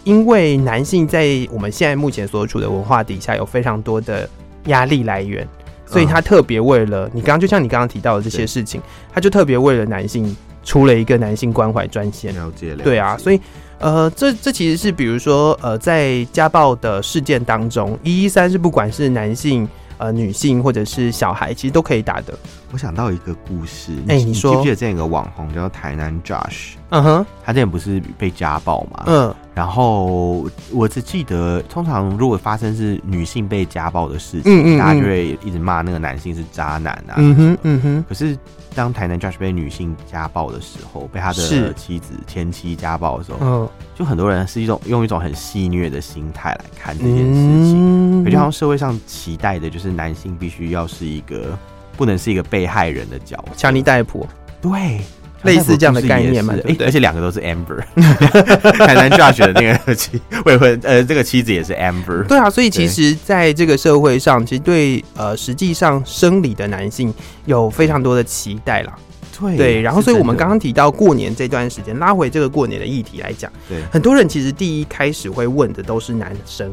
S1: 因为男性在我们现在目前所处的文化底下有非常多的压力来源，所以他特别为了、你刚刚就像你刚刚提到的这些
S3: 嗯对
S1: 事情，他就特别为了男性出了一个男性关怀专线。
S3: 了解了解。
S1: 对啊，所
S3: 以
S1: 以呃，这这其实是比如说呃，在家暴的事件当中，一一三是不管是男性。呃，女性或者是小孩，其实都可以打的。
S3: 我想到一个故事，
S1: 哎你
S3: 你
S1: 说
S3: 记不记得之前有个网红叫台南 Josh，
S1: 嗯哼，
S3: 他之前不是被家暴嘛？
S1: 嗯，
S3: 然后我只记得，通常如果发生是女性被家暴的事情，
S1: 嗯嗯嗯
S3: 大家就会一直骂那个男性是渣男啊。
S1: 嗯哼，嗯哼，
S3: 可是当台南 Josh 被女性家暴的时候，被他
S1: 是
S3: 的妻子前妻家暴的时候，
S1: 嗯，
S3: 就很多人是一种用一种很戏谑的心态来看这件事
S1: 嗯
S3: 情。我觉得好像社会上期待的就是男性必须要是一个不能是一个被害人的角色，
S1: 强尼戴普，
S3: 对。
S1: 类似这样的概念嘛
S3: 哎
S1: 对不对
S3: 而且两个都是 (laughs) Amber，海南 Judge 的那个妻未婚呃，这个妻子也是 Amber，
S1: 对啊，所以其
S3: 对
S1: 实在这个社会上，其实对呃，实际上生理的男性有非常多的期待啦。
S3: 对
S1: 对，然后
S3: 是
S1: 所以我
S3: 真
S1: 们
S3: 的
S1: 刚刚提到过年这段时间，拉回这个过年的议题来讲，
S3: 对
S1: 很多人其实第一开始会问的都是男生，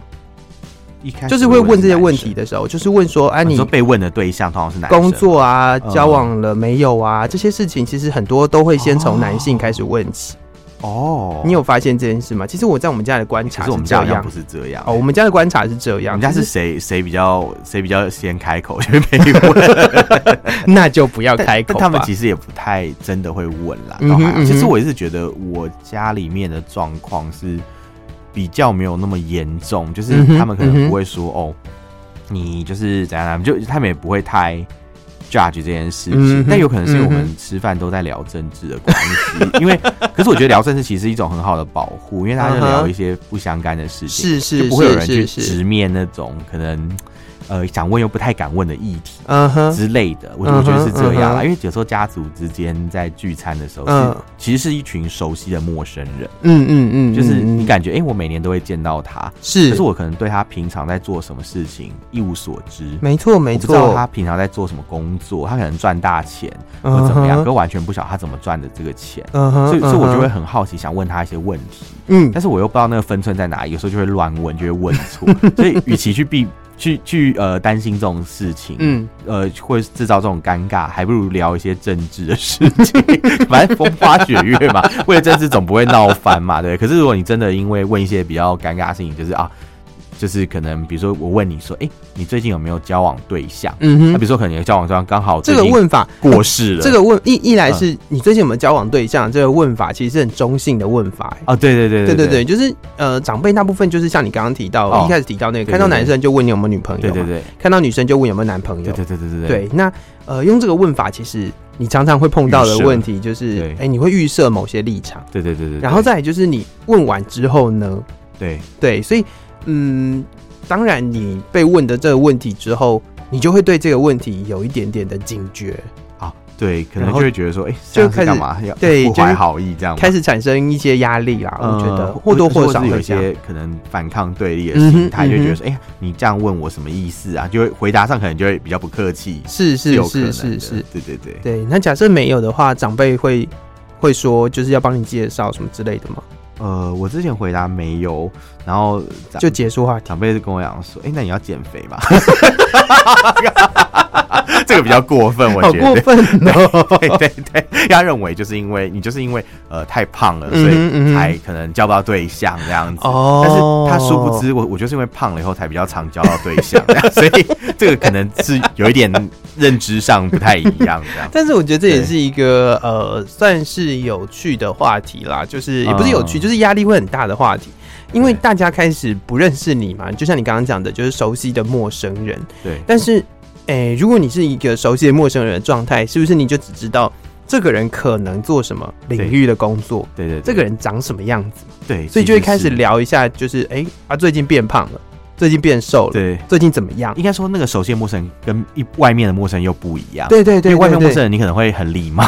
S3: 一开始
S1: 就是会问这些问
S3: 男
S1: 题
S3: 生，
S1: 的时候，就是问说，哎、啊，
S3: 哦你
S1: 你
S3: 说被问的对象通常是男生
S1: 工作啊、
S3: 嗯
S1: 交往了没有啊，这些事情其实很多都会先从男性开始问起。
S3: 哦，
S1: 你有发现这件事吗？其实我在我们家的观
S3: 哎可
S1: 察
S3: 是我们
S1: 这
S3: 家好像
S1: 样
S3: 不。是这样
S1: 哦，我们家的观察是这
S3: 我
S1: 样，
S3: 们家
S1: 就是
S3: 谁谁比较谁比较先开口就 (laughs) 被问，
S1: 那就不要
S3: 但
S1: 开口
S3: 但他 (laughs) 们
S1: 吧
S3: 其实也不太真的会问啦。
S1: 嗯
S3: 倒
S1: 哼
S3: 还好
S1: 嗯哼
S3: 其实我也是觉得我家里面的状况是比较没有那么严重，就是
S1: 嗯哼
S3: 他们可
S1: 嗯哼
S3: 能不会说、哦，你就是怎样怎样，就他们也不会太 judge 这件事情。
S1: 嗯哼
S3: 但有可能是我
S1: 嗯
S3: 们吃饭都在聊政治的关系，
S1: (laughs)
S3: 因为可是我觉得聊政治其实是一种很好的保护，因为大家就
S1: 嗯
S3: 聊
S1: 哼
S3: 一些不相干的事情，
S1: 是是
S3: 就不会有人去
S1: 是是是，
S3: 直面那种可能呃想问又不太敢问的议题。
S1: 嗯哼，
S3: 之类的，我
S1: 嗯
S3: 我
S1: 哼
S3: 觉得是这样
S1: 嗯
S3: 啦，
S1: 哼
S3: 因为有时候家族之间在聚餐的时候是，
S1: 嗯
S3: 其实是一群熟悉的陌生人，
S1: 嗯嗯嗯，
S3: 就是
S1: 嗯
S3: 你
S1: 嗯
S3: 感觉，哎、我每年都会见到他，
S1: 是，
S3: 可是我可能对他平常在做什么事情一无所知，
S1: 没错没
S3: 我不知道
S1: 错，
S3: 他平常在做什么工作，他可能赚大钱
S1: 嗯
S3: 或怎么样，
S1: 哼
S3: 可完全不晓得他怎么赚的这个钱，
S1: 嗯哼，
S3: 所以所以我就会
S1: 嗯哼
S3: 很好奇，想问他一些问题，
S1: 嗯
S3: 但是我又不知道那个分寸在哪里，有时候就会乱问，就会问
S1: (laughs)
S3: 错，所以与其去避去去呃担心这种事情，。
S1: 嗯，
S3: 呃，会制造这种尴尬，还不如聊一些政治的事情，反正风花雪月嘛，为了政治总不会闹翻嘛，对。可是如果你真的因为问一些比较尴尬的事情，就是啊，就是可能比如说我问你说，哎、你最近有没有交往对象？
S1: 嗯
S3: 那、
S1: 哼，
S3: 比如说可能有交往对象刚好
S1: 这
S3: 最
S1: 个
S3: 近
S1: 问法，
S3: 过世了，
S1: 这个问一一
S3: 嗯
S1: 来是你最近有没有交往对象，这个问法其实是很中性的问法。欸
S3: 啊，对对对
S1: 对对对，
S3: 对
S1: 就是呃，长辈大部分就是像你刚刚提到
S3: 哦
S1: 一开始提到那个，
S3: 对
S1: 看到
S3: 对对
S1: 男生就问你有没有女朋友，
S3: 对对对，对
S1: 看到女生就问有没有男朋
S3: 对
S1: 友，
S3: 对对对对，
S1: 对，那呃，用这个问法，其实你常常会碰到的
S3: 预设
S1: 问题就是
S3: 对，
S1: 哎，你会预设某些立场，
S3: 对对对对对，
S1: 然后再来就是你问完之后呢，
S3: 对
S1: 对，所以嗯，当然你被问的这个问题之后，你就会对这个问题有一点点的警觉，
S3: 啊，对，可
S1: 然
S3: 能
S1: 后
S3: 就会觉得说，哎、这样
S1: 就开
S3: 是
S1: 始
S3: 干嘛？要
S1: 对
S3: 不
S1: 就
S3: 怀
S1: 是
S3: 好意这样吗
S1: 开始产生一些压力啦。我觉得
S3: 呃
S1: 或多或少
S3: 是有
S1: 会
S3: 一
S1: 这样。
S3: 些可能反抗对立的
S1: 嗯哼
S3: 心态，就会觉
S1: 嗯
S3: 得说，哎、呀，你这样问我什么意思啊？就会回答上可能就会比较不客气，
S1: 是是
S3: 有可能
S1: 是
S3: 的
S1: 是是，，
S3: 对对对。
S1: 对。那假设没有的话，长辈会会说就是要帮你介绍什么之类的吗？
S3: 呃，我之前回答没有，然后长
S1: 就结束话题。
S3: 长辈就跟我讲说，哎、那你要减肥吧？ (laughs) 这个比较过分，我
S1: 好
S3: 觉
S1: 过
S3: 得。
S1: 分
S3: (laughs)
S1: 哦！
S3: 对
S1: (laughs)
S3: 对对，他认为就是因为你就是因为呃太胖了，
S1: 嗯哼
S3: 所以
S1: 嗯哼
S3: 才可能交不到对象这样子。
S1: 哦
S3: 但是他殊不知，我我就是因为胖了以后才比较常交到对象，这样 (laughs) 所以这个可能是有一点认知上不太一样这样。
S1: 但是我觉得这也是一个呃，算是有趣的话题啦，就是也不是有趣，
S3: 嗯
S1: 就是压力会很大的话题，因为
S3: 对
S1: 大家开始不认识你嘛，就像你刚刚讲的，就是熟悉的陌生人。
S3: 对，
S1: (laughs) 但是，诶、如果你是一个熟悉的陌生人的状态，是不是你就只知道这个人可能做什么领域的工作，
S3: 对对对，
S1: 这个人长什么样子，
S3: 对，
S1: 所以就会开始
S3: 其实是。
S1: 聊一下，就是诶、啊，最近变胖了，最近变瘦了，
S3: 对，
S1: 最近怎么样？
S3: 应该说那个熟悉的陌生人跟一外面的陌生人又不一样。
S1: 对对对
S3: 因为外面陌
S1: 对
S3: 生人，你可能会很礼貌，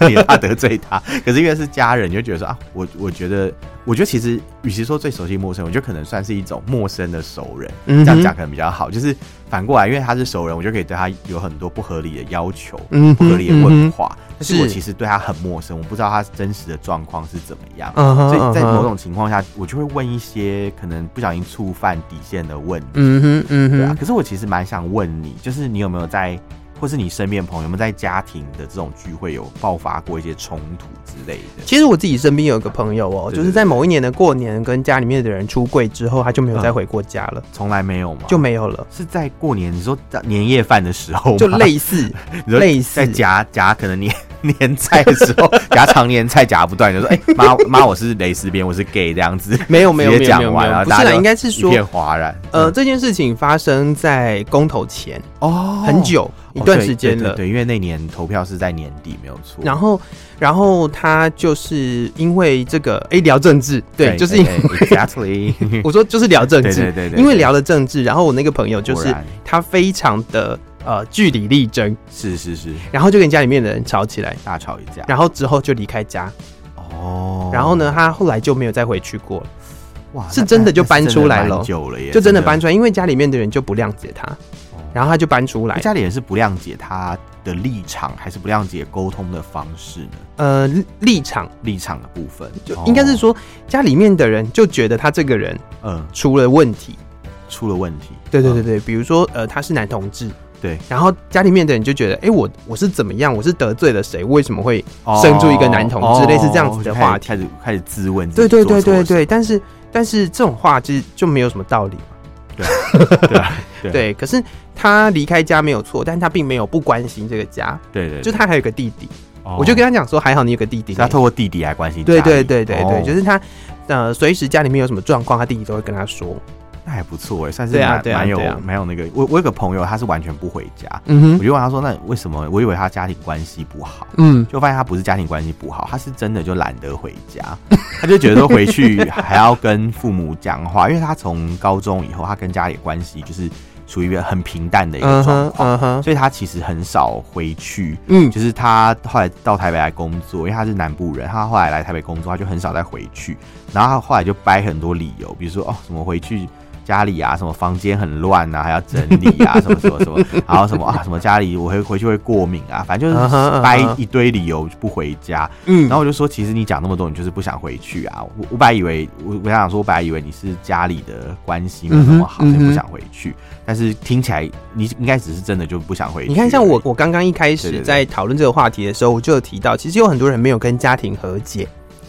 S3: (laughs) 你怕得罪他。可是因为是家人，你就觉得说啊，我我觉得，我觉得其实与其说最熟悉陌生人，我觉得可能算是一种陌生的熟人，
S1: 嗯哼
S3: 这样讲可能比较好。就是反过来，因为他是熟人，我就可以对他有很多不合理的要求、
S1: 嗯
S3: 不
S1: 哼
S3: 合理的问话。但
S1: 是
S3: 是我其实对他很陌生，我不知道他真实的状况是怎么样。
S1: 嗯哼
S3: 所以在
S1: 嗯哼
S3: 某种情况下，我就会问一些可能不小心触犯底线的问题。
S1: 嗯哼嗯
S3: 对啊
S1: 哼，，
S3: 可是我其实蛮想问你，就是你有没有在，或是你身边朋友有没有在家庭的这种聚会有爆发过一些冲突之类的？
S1: 其实我自己身边有一个朋友哦，
S3: 对对
S1: 就是在某一年的过年跟家里面的人出柜之后，他就没有
S3: 嗯
S1: 再回过家了，
S3: 从来没有吗？
S1: 就没有了，
S3: 是在过年，你说在年夜饭的时候吗，
S1: 就类似
S3: (laughs) 你说
S1: 类似
S3: 在夹夹可能年年菜的时
S1: (laughs)
S3: 候夹常年菜夹不断，你就说哎妈妈我是蕾丝边，我是 gay 这样子，
S1: 没有 (laughs) 没有
S3: 直
S1: 没
S3: 接
S1: 有没
S3: 讲
S1: 有没
S3: 完然
S1: 有，
S3: 后
S1: 不
S3: 大
S1: 是
S3: 家
S1: 啦，
S3: 就
S1: 应该是
S3: 一
S1: 说
S3: 片哗然。
S1: 呃，
S3: 嗯
S1: 这件事情发生在公投前
S3: 哦
S1: 很久、一段时间
S3: 了，
S1: 了。
S3: 对对，因为那年投票是在年底，没有错。
S1: 然后，然后他就是因为这个，哎，聊政治，对，就是因为
S3: exactly，
S1: (laughs) 我说就是聊政
S3: 对对
S1: 治，
S3: 对对
S1: 因为聊了政治，然后我那个朋友就
S3: 果
S1: 是
S3: 然
S1: 他非常的呃据理力争，
S3: 是是是，
S1: 然后就跟家里面的人吵起来，
S3: 大吵一架。
S1: 然后之后就离开家，
S3: 哦，
S1: 然后呢，他后来就没有再回去过了，
S3: 哇，
S1: 是
S3: 那
S1: 真的
S3: 那
S1: 就
S3: 那是
S1: 搬
S3: 真
S1: 出
S3: 的
S1: 来
S3: 蛮
S1: 了
S3: 久了耶，
S1: 就真的搬出来，因为家里面的人就不谅解他，
S3: 哦
S1: 然后他就搬出来
S3: 那，家里人是不谅解他的立场，还是不谅解沟通的方式呢？
S1: 呃，立场
S3: 立场的部分，
S1: 就
S3: 哦
S1: 应该是，说家里面的人就觉得他这个人
S3: 嗯，
S1: 出了问题，
S3: 出了问题。
S1: 对对对
S3: 嗯
S1: 对，比如说呃，他是男同志，
S3: 对，
S1: 然后家里面的人就觉得，哎、我我是怎么样，我是得罪了谁，为什么会生出一个男同志，
S3: 哦
S1: 类似这样子的话题。
S3: 开始开始自问自
S1: 对
S3: 己
S1: 对
S3: 做
S1: 对
S3: 错
S1: 对
S3: 了什么，
S1: 对，但是但是这种话其实就没有什么道理嘛。
S3: 对啊 (laughs) 对啊
S1: 对，可是他离开家没有错，但他并没有不关心这个家，
S3: 对对，
S1: 就
S3: 对
S1: 他还有个弟弟，
S3: 哦
S1: 我就跟他讲说，还好你有个弟弟
S3: 是。他透过弟弟来关心家
S1: 对
S3: 里，
S1: 对对对
S3: 哦
S1: 对，就是他，呃，随时家里面有什么状况，他弟弟都会跟他说。
S3: 那还不错哎，算是
S1: 对啊
S3: 蛮
S1: 对啊
S3: 蛮有
S1: 对啊
S3: 蛮有那个。我我有个朋友，他是完全不回家，
S1: 嗯
S3: 我
S1: 哼，
S3: 就问他说，那为什么？我以为他家庭关系不好。
S1: 嗯，
S3: 就发现他不是家庭关系不好，他是真的就懒得回家， (laughs) 他就觉得说回去还要跟父母讲话，因为他从高中以后，他跟家里的关系就是处于一个很平淡的一个
S1: 嗯
S3: 状
S1: 哼，
S3: 况，
S1: 嗯哼，
S3: 所以他其实很少回去。
S1: 嗯，
S3: 就是他后来到台北来工作，因为他是南部人，他后来来台北工作，他就很少再回去。然后他后来就掰很多理由，比如说哦，什么回去家里啊，什么房间很乱啊，还要整理啊，什么什么什么，然后什么啊，什么家里我会回去会过敏啊，反正就
S1: 嗯哼嗯
S3: 是
S1: 哼
S3: 掰一堆理由不回家。
S1: 嗯
S3: 然后我就说，其实你讲那么多，你就是不想回去啊。我我本来以为，我我想说，我本来以为你是家里的关系没有那么好，
S1: 嗯哼
S3: 所以
S1: 嗯哼
S3: 不想回去。但是听起来，你应该只是真的就不想回去而已。
S1: 你看，像我，我刚刚一开始
S3: 对对对
S1: 在讨论这个话题的时候，我就有提到，其实有很多人没有跟家庭和解，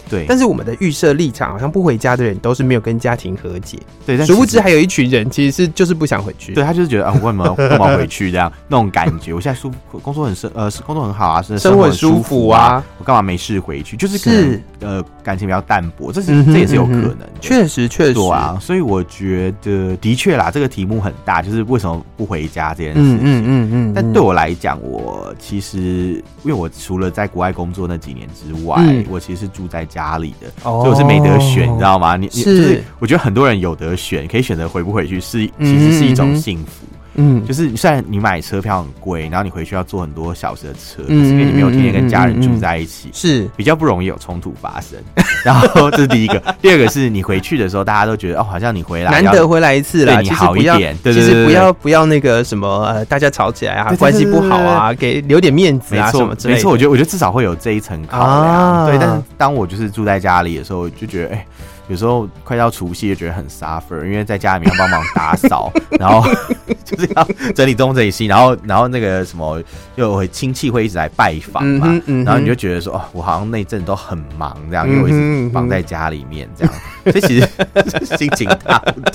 S3: 对，
S1: 但是我们的预设立场好像不回家的人都是没有跟家庭和解，
S3: 对，但
S1: 殊不
S3: 其实
S1: 知还有一群人其实是就是不想回去。
S3: 对，他就是觉得啊，我为什么干嘛回去这样那种感觉？我现在舒服工作很生呃，是工作很好啊，是
S1: 生活
S3: 活
S1: 很
S3: 很
S1: 舒
S3: 舒
S1: 服
S3: 服
S1: 啊，
S3: 我干嘛没事回去？就是可
S1: 是
S3: 能呃感情比较淡薄，这是
S1: 嗯哼，
S3: 这也是有可
S1: 嗯哼
S3: 能的。
S1: 确实确实
S3: 对，啊，所以我觉得的确啦，这个题目很大，就是为什么不回家这件事
S1: 嗯
S3: 情。
S1: 嗯嗯嗯，
S3: 但
S1: 嗯
S3: 对我来讲，我其实因为我除了在国外工作那几年之外，
S1: 嗯
S3: 我其实是住在家里的，
S1: 哦
S3: 所以我是没得选，啊你知道吗？你你就是我觉得很多人有得选，可以选择回不回去是
S1: 嗯
S3: 其实是一
S1: 嗯
S3: 种
S1: 嗯
S3: 幸福。
S1: 嗯，
S3: 就是虽然你买车票很贵，然后你回去要坐很多小时的车，可
S1: 嗯
S3: 是因为你没有天天跟家人住在一起，
S1: 是
S3: 比较不容易有冲突发生。 (laughs) 然后这是第一个，第二个是你回去的时候，大家都觉得哦，好像你回来
S1: 难
S3: 要
S1: 得回来一次啦，
S3: 对你
S1: 其实
S3: 好
S1: 不
S3: 一
S1: 要
S3: 点对
S1: 其
S3: 对
S1: 实
S3: 对
S1: 不
S3: 对
S1: 要不要那个什么呃，大家吵起来啊，
S3: 对对
S1: 关系
S3: 对
S1: 不
S3: 对
S1: 好啊，给留点面子
S3: 没
S1: 啊什
S3: 错
S1: 么，之类的。
S3: 没错，我觉得我觉得至少会有这一层考量。
S1: 啊
S3: 对，但是当我就是住在家里的时候，我就觉得哎、有时候快到除夕就觉得很 suffer，因为在家里面要帮忙打
S1: (laughs)
S3: 扫，然后 (laughs) 就是要整理东整理西，然后然后那个什么，又会亲戚会一直来拜访
S1: 嗯
S3: 嘛
S1: 哼，嗯哼
S3: 然后你就觉得说哦，我好像那一阵都很忙这样，因
S1: 嗯哼
S3: 为我一直绑在家里面这样，所以其实 (laughs) 心情大不同，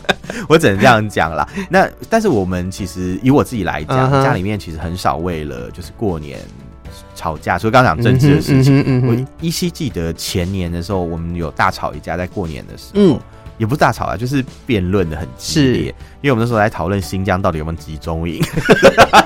S3: 我只能这样讲啦。那但是我们其实以我自己来
S1: 嗯
S3: 讲，
S1: 哼
S3: 家里面其实很少为了就是过年吵架，所以刚刚讲政治的
S1: 嗯哼
S3: 事情。
S1: 嗯哼嗯哼
S3: 我依稀记得前年的时候，我们有大吵一架，在过年的时候，
S1: 嗯
S3: 也不是大吵啊，就是辩论的很激烈，因为我们那时候在讨论新疆到底有没有集中营，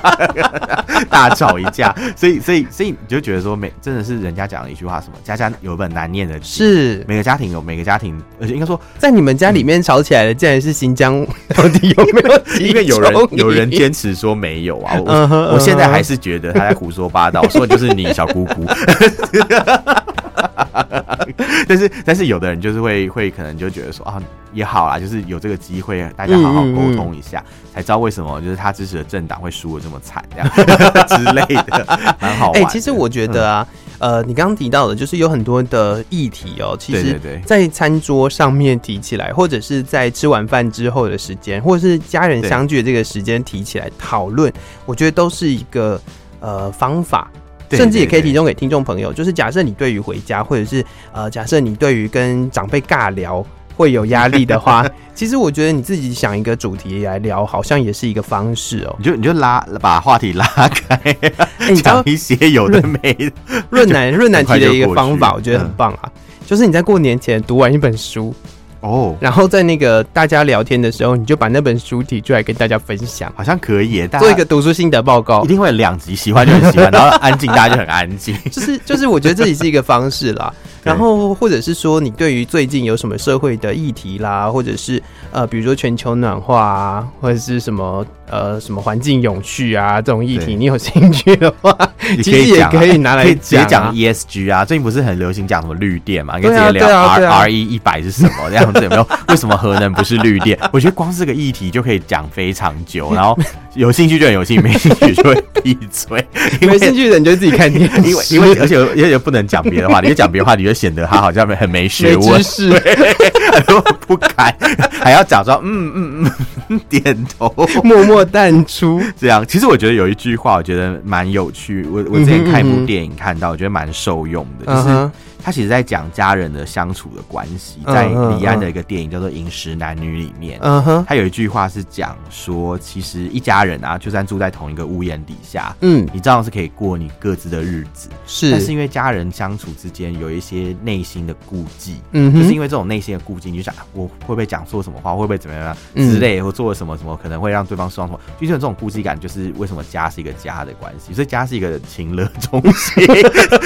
S3: (laughs) 大吵一架，所以所以所以你就觉得说每真的是人家讲的一句话，什么家家有本难念的经，
S1: 是
S3: 每个家庭有每个家庭，而且应该说
S1: 在你们家里面吵起来的，竟然是新疆，到底有没有 (laughs) 集中营？
S3: (laughs) 因为有人有人坚持说没有啊，我、
S1: 嗯哼嗯哼
S3: 我现在还是觉得他在胡说八道，说的就是你小姑姑。 (laughs) 但是但是有的人就是会会可能就觉得说啊也好啦，就是有这个机会大家好好沟通一下，才知道为什么就是他支持的政党会输的这么惨这样 (laughs) 之类
S1: (laughs)
S3: 的，蛮好玩
S1: 哎、
S3: 的。
S1: 其实我觉得啊，呃，你刚刚提到的，就是有很多的议题哦，其
S3: 对
S1: 实
S3: 对对
S1: 在餐桌上面提起来，或者是在吃完饭之后的时间，或者是家人
S3: 对
S1: 相聚的这个时间提起来讨论，我觉得都是一个呃方法。
S3: 对
S1: 甚至也可以
S3: 对对
S1: 提供给听众朋友，就是假设你对于回家，或者是
S3: (laughs)
S1: 呃，假设你对于跟长辈尬聊会有压力的
S3: (laughs)
S1: 话，其实我觉得你自己想一个主题来聊，好像也是一个方式
S3: (laughs)
S1: 哦。
S3: 你就你就拉把话题拉开，
S1: 哎、你知道嗯
S3: 讲一些有的没的。
S1: 润南润南提
S3: 快
S1: 的一
S3: 就
S1: 个
S3: 过
S1: 方法，
S3: 去
S1: 我觉得很
S3: 嗯
S1: 棒啊，就是你在过年前读完一本书，
S3: 哦，
S1: 然后在那个大家聊天的时候，你就把那本书提出来跟大家分享，
S3: 好像可以耶，大家
S1: 做一个读书心得报告
S3: 一。定会有两集，喜欢就很
S1: (laughs)
S3: 喜欢，然后安静大家就很安静。
S1: 就是 (laughs) 就是，我觉得这也是一个方式啦。
S3: (laughs) 对
S1: 然后或者是说，你对于最近有什么社会的议题啦，或者是呃，比如说全球暖化啊，或者是什么呃什么环境永续啊这种议题，
S3: 对
S1: 你有兴趣的话，
S3: 你
S1: 其实也
S3: 讲啊
S1: 可以拿
S3: 可
S1: 来
S3: 以直
S1: 讲
S3: 接
S1: 啊
S3: 讲 ESG 啊，最近不是很流行讲什么绿电嘛？你可以
S1: 对
S3: 直
S1: 啊
S3: 接聊
S1: 对啊
S3: R
S1: 对啊
S3: R E 一百是什么这样子有没有？ (laughs) 为什么核能不是绿电？我觉得光是个议题就可以讲非常久，然
S1: (laughs)
S3: 后有兴趣就很有兴趣，没兴趣就会 (laughs) 闭嘴， (laughs) 因
S1: 没
S3: 为
S1: 兴。趣的你就自己看
S3: (laughs)
S1: 电视，
S3: 因为因为
S1: (laughs)
S3: 而且而且不能讲别的话，你就讲别的话，你就显得他好像很没学
S1: (laughs) 没
S3: 问
S1: 知，识。
S3: 不敢，还要假装嗯嗯嗯点头。
S1: 默默淡
S3: (laughs)
S1: 出。
S3: 这样，其实我觉得有一句话，我觉得蛮有趣。我我之前看一部电影看到，我觉得蛮受用的，
S1: 嗯
S3: 就是
S1: 哼，
S3: 他其实在讲家人的相处的关系，
S1: 嗯
S3: 在
S1: 嗯
S3: 李
S1: 嗯
S3: 安的一个电影叫做《饮食男女》里面，
S1: 嗯哼，
S3: 他有一句话是讲说，其实一家人啊，就算住在同一个屋檐底下，
S1: 嗯，
S3: 你照样是可以过你各自的日子，但是
S1: 是，
S3: 因为家人相处之间有一些内心的顾忌，
S1: 嗯
S3: 就是
S1: 哼，
S3: 因为这种内心的顾忌，你就想啊我会不会讲错什么话，会不会怎么样啊
S1: 嗯
S3: 之类，或做了什么什么，可能会让对方失望什么，就是有这种顾忌感，就是为什么家是一个家的关系，所以家是一个情乐中
S1: (laughs)
S3: 心，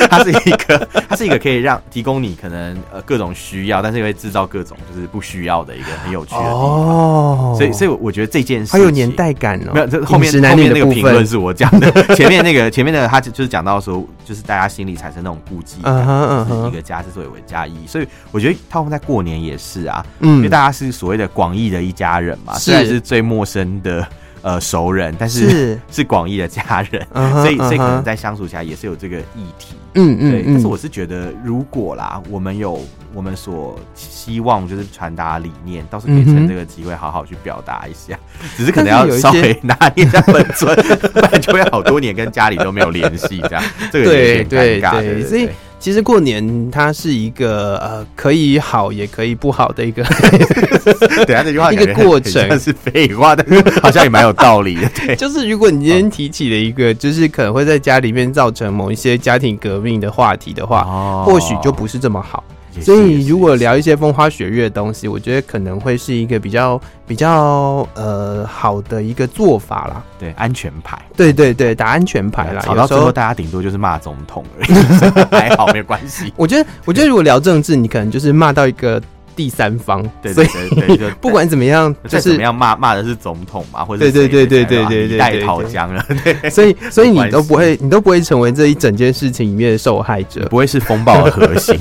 S3: 它是一个，它是一个可以让提供你可能呃各种需要，但是也会制造各种就是不需要的一个很有趣的地方。
S1: 哦
S3: 所以，所以我觉得这件事
S1: 好有年
S3: 情
S1: 代感哦。
S3: 没有，这后面
S1: 饮食男
S3: 后
S1: 女
S3: 面
S1: 的
S3: 那个
S1: 部
S3: 评
S1: 分
S3: 论，是我讲的，
S1: (laughs)
S3: 前面那个前面那个他就就是讲到说，就是大家心里产生那种顾忌感
S1: 嗯哼嗯
S3: 就
S1: 哼
S3: 是一个家之所以为家意义，所以我觉得他们在过年也是啊，因为
S1: 嗯，
S3: 大家是所谓的广义的一家人嘛，
S1: 是
S3: 虽然是最陌生的呃熟人，但是
S1: 是，
S3: (laughs) 是广义的家人，
S1: 嗯哼
S3: 所以所以可
S1: 嗯
S3: 能
S1: 哼
S3: 在相处起来也是有这个议题。
S1: 嗯
S3: 对
S1: 嗯，
S3: 但是
S1: 嗯，
S3: 我是觉得，如果啦，我们有我们所希望就是传达理念，倒是可以
S1: 嗯哼
S3: 趁这个机会好好去表达一下，只是可
S1: 但
S3: 能
S1: 是
S3: 要
S1: 有一些
S3: 稍微拿捏一下分寸，不然就会好多年跟家里都没有联系，这样这个也有
S1: 对
S3: 点尴尬。
S1: 对
S3: 对，
S1: 所以
S3: 对
S1: 其实过年它是一个呃，可以好也可以不好的一个，
S3: 对等一下这句话
S1: 一个
S3: 感觉很
S1: 过程，
S3: 很像是废话，但是好像也蛮有道理的。
S1: (laughs)
S3: 对
S1: 就是如果你今天提起了一个，就是可能会在家里面造成某一些家庭革命的话题的话，
S3: 哦
S1: 或许就不是这么好。
S3: 也是
S1: 所
S3: 也
S1: 以，
S3: 是
S1: 如果
S3: 也是
S1: 聊一些风花雪月的东西，我觉得可能会是一个比较比较呃好的一个做法啦。
S3: 对安全牌。
S1: 对对对，打安全牌啦。
S3: 吵
S1: 有
S3: 到
S1: 时
S3: 最后，
S1: 候，
S3: 大家顶多就是骂总统而已，还好没有关系。
S1: 我觉得我觉得如果聊政治，你可能就是骂到一个第三方，
S3: 对
S1: 所
S3: 对
S1: 以
S3: 对对，就
S1: 不管怎么样，就
S3: 再怎
S1: 是
S3: 么样骂骂的是总统嘛，或者
S1: 对对
S3: 谁谁
S1: 对
S3: 谁
S1: 对
S3: 啊
S1: 对对
S3: 你
S1: 对
S3: 代
S1: 对
S3: 讨
S1: 对
S3: 江了，对，
S1: 所以所以
S3: 没
S1: 你
S3: 关系
S1: 都不会，你都不会成为这一整件事情里面的受害者，
S3: 不会是风暴的核心，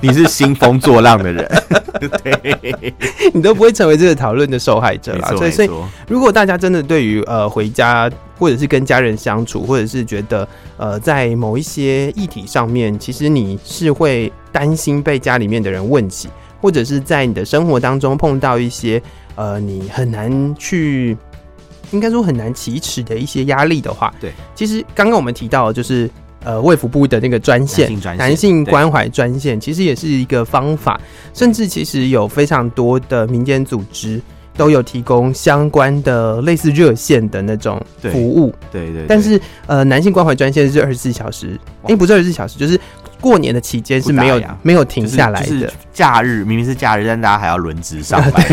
S3: 你是兴风作浪的人，对，
S1: 你都不会成为这个讨论的受害者
S3: 没
S1: 啦。
S3: 错
S1: 所
S3: 没
S1: 以所以
S3: 错，
S1: 如果大家真的对于呃回家或者是跟家人相处，或者是觉得呃在某一些议题上面，其实你是会担心被家里面的人问起，或者是在你的生活当中碰到一些呃你很难去。应该说很难启齿的一些压力的话，
S3: 对，
S1: 其实刚刚我们提到的就是呃卫福部的那个专线，
S3: 性专
S1: 男性关怀专线其实也是一个方法，甚至其实有非常多的民间组织都有提供相关的类似热线的那种
S3: 对
S1: 服务，
S3: 对对对，
S1: 但是呃，男性关怀专线是二十四小时，
S3: 哇
S1: 哎、不是二十四小时，就是过年的期间是没
S3: 不
S1: 有
S3: 打烊
S1: 没有停
S3: 就是
S1: 下来的，
S3: 就是假日明明是假日，但大家还要轮值上
S1: (laughs)
S3: 班，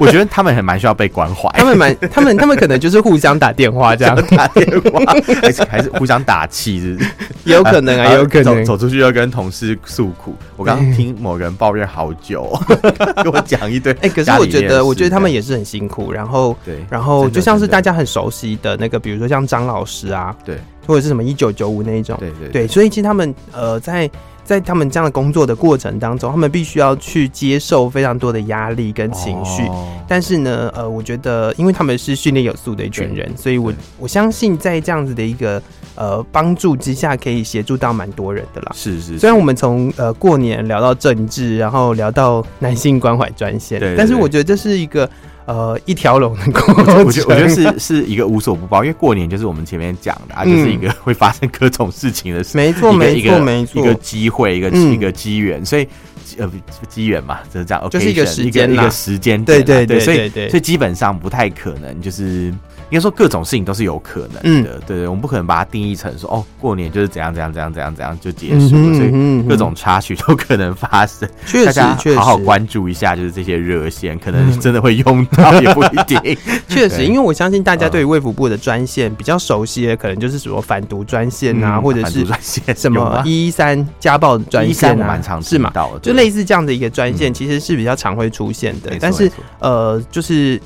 S3: 我觉得他们很蛮需要被关怀。
S1: 他们蛮他们他们可能就是互相打电话这
S3: (laughs)
S1: 样，
S3: 打电话，还是还是互相打气，是不是？
S1: 也有可 (laughs) 能啊，也有可
S3: 走
S1: 能。
S3: 走出去要跟同事诉苦。我刚刚听某人抱怨好久，
S1: (laughs)
S3: 跟我讲一堆。
S1: 哎、可是
S3: 家
S1: 我
S3: 里面
S1: 觉
S3: 的
S1: 得，
S3: 事
S1: 我觉得他们也是很辛苦，然后。
S3: 对，
S1: 然后
S3: 真的
S1: 就像是
S3: 真的
S1: 大家很熟悉的那个，比如说像张老师啊，
S3: 对
S1: 或者是什么一九九五那一种，
S3: 对对
S1: 对，所以其实他们呃，在在他们这样的工作的过程当中，他们必须要去接受非常多的压力跟情绪。
S3: 哦
S1: 但是呢，呃，我觉得，因为他们是训练有素的一群人，所以我
S3: 对
S1: 我相信在这样子的一个呃帮助之下，可以协助到蛮多人的啦。
S3: 是是，
S1: 虽然我们从呃过年聊到政治，然后聊到男性关怀专线，
S3: 对对
S1: 但是
S3: 对
S1: 我觉得这是一个呃一条龙的过程。
S3: 我觉得我觉得是 (laughs) 是一个无所不包，因为过年就是我们前面讲的，啊，
S1: 嗯
S3: 就是一个会发生各种事情的事。
S1: 没错，
S3: 一个
S1: 没
S3: 一
S1: 错，
S3: 个
S1: 没错，
S3: 一个机会，一个
S1: 嗯
S3: 一个机缘，所以呃不机缘嘛，就是这样，
S1: 就是一个
S3: occasion，
S1: 时间啦
S3: 一个一个时间点
S1: 对
S3: 啦，
S1: 对
S3: 对
S1: 对
S3: 所
S1: 对
S3: 以
S1: 对
S3: 所以基本上不太可能，就是应该说各种事情都是有可
S1: 嗯
S3: 能的，对对，我们不可能把它定义成说哦过年就是怎样怎样怎样怎样怎样就结束
S1: 嗯
S3: 了，所以。
S1: 以
S3: 各种插曲都可能发生，
S1: 确
S3: 大
S1: 实
S3: 家
S1: 确实嗯
S3: 好好关注一下，就是这些热线，可能真的会用到，也不一
S1: (laughs)
S3: 定。
S1: 确实，
S3: 对
S1: 因为我相信大家
S3: 嗯
S1: 对于卫福部的专线比较熟悉的，可能就是什么反毒专线啊，
S3: 嗯
S1: 或者
S3: 反
S1: 是
S3: 毒专线
S1: 什
S3: 有吗
S1: 么一三家暴专
S3: 一
S1: 线
S3: 三我
S1: 啊
S3: 蛮，常
S1: 是
S3: 听
S1: 嘛？
S3: 到的，
S1: 就
S3: 对
S1: 类似这样的一个专线，其实是比较常会出现的
S3: 没错。
S1: 但
S3: 没
S1: 是
S3: 错
S1: 呃，就是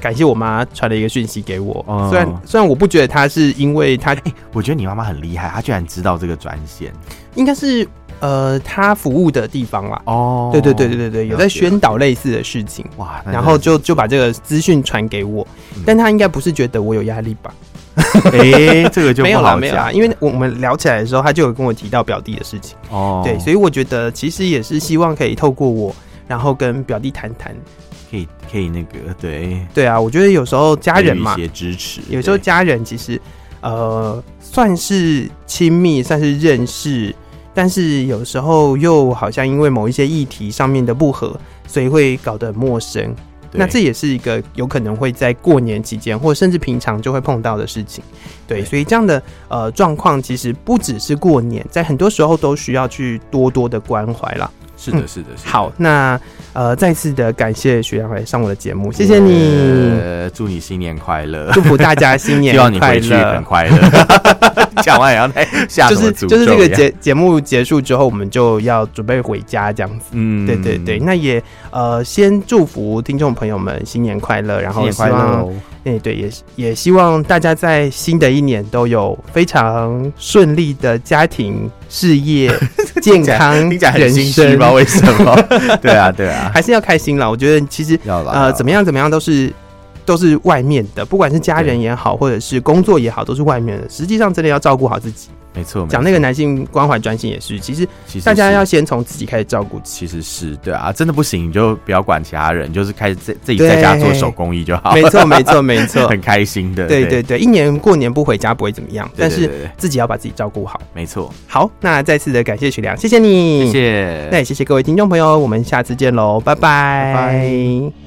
S1: 感谢我妈传了一个讯息给我，
S3: 哦
S1: 虽然虽然我不觉得她是因为她
S3: 我觉得你妈妈很厉害，她居然知道这个专线
S1: 应该是呃她服务的地方啦。
S3: 哦
S1: 对对对对对对，有在
S3: 了解
S1: 宣导类似的事情，
S3: 哇，那
S1: 然后
S3: 真
S1: 就就把这个资讯传给我
S3: 嗯，
S1: 但她应该不是觉得我有压力吧？
S3: 的是 (laughs) 哎，这个就
S1: 没有
S3: 不
S1: 啦，
S3: 好
S1: 没有啦，
S3: 讲
S1: 因为我们聊起来的时候，他就有跟我提到表弟的事情，
S3: 哦，
S1: 对，所
S3: 以
S1: 以我觉得其实也是希望可以透过我，然后跟表弟谈谈。
S3: 可以可以那个对
S1: 对啊，我觉得有时候家人嘛
S3: 给予，一些支持，
S1: 有时候
S3: 对
S1: 家人其实呃算是亲密，算是认识，但是有时候又好像因为某一些议题上面的不合，所以会搞得很陌生。
S3: 对
S1: 那这也是一个有可能会在过年期间，或甚至平常就会碰到的事情。对，
S3: 对
S1: 所以这样的呃状况，其实不只是过年，在很多时候都需要去多多的关怀啦。
S3: 是
S1: 嗯
S3: 的是的，是的
S1: 好，，那呃再次的感谢学长来上我的节目，谢谢你，
S3: 呃，祝你新年快乐，
S1: 祝福大家新年
S3: (laughs) 希望你
S1: 快
S3: 回去
S1: 乐
S3: 很。快乐。讲完也要再下
S1: 就
S3: 什么
S1: 是
S3: 诅咒
S1: 就是这个
S3: 一样，
S1: 节节目结束之后，我们就要准备回家这样子。
S3: 嗯
S1: 对对对，那也呃，先祝福听众朋友们新年快乐，然
S3: 新
S1: 后
S3: 年
S1: 希
S3: 快乐
S1: 望
S3: 哦，
S1: 哎、对，也也希望大家在新的一年都有非常顺利的家庭、事
S3: (laughs)
S1: 业、健康、
S3: 听起来很
S1: 人
S3: 心虚，不知
S1: 生，
S3: 道为什么。 (laughs) 对啊对啊，
S1: 还是要开心啦。我觉得其实
S3: 要啦
S1: 呃，怎么样怎么样都是都是外面的，不管是家人
S3: 对
S1: 也好，或者是工作也好，都是外面的。实际上，真的要照顾好自己。
S3: 没错，
S1: 讲
S3: 没
S1: 那个男性关怀专线也是，其实
S3: 错其实
S1: 大家
S3: 是
S1: 要先从自己开始照顾起。
S3: 其实是对啊，真的不行你就不要管其他人，就是开始自自己在家做手工艺就好，
S1: 没错，没错，没错。
S3: (laughs) 很开心的。
S1: 对对对，
S3: 对，
S1: 一年过年不回家不会怎么样，但
S3: 对
S1: 是
S3: 对对
S1: 自己要把自己照顾好。
S3: 没错，
S1: 好，那再次的感谢许良，谢谢你，
S3: 谢谢
S1: 那。也谢谢各位听众朋友，我们下次见喽，拜拜
S3: 拜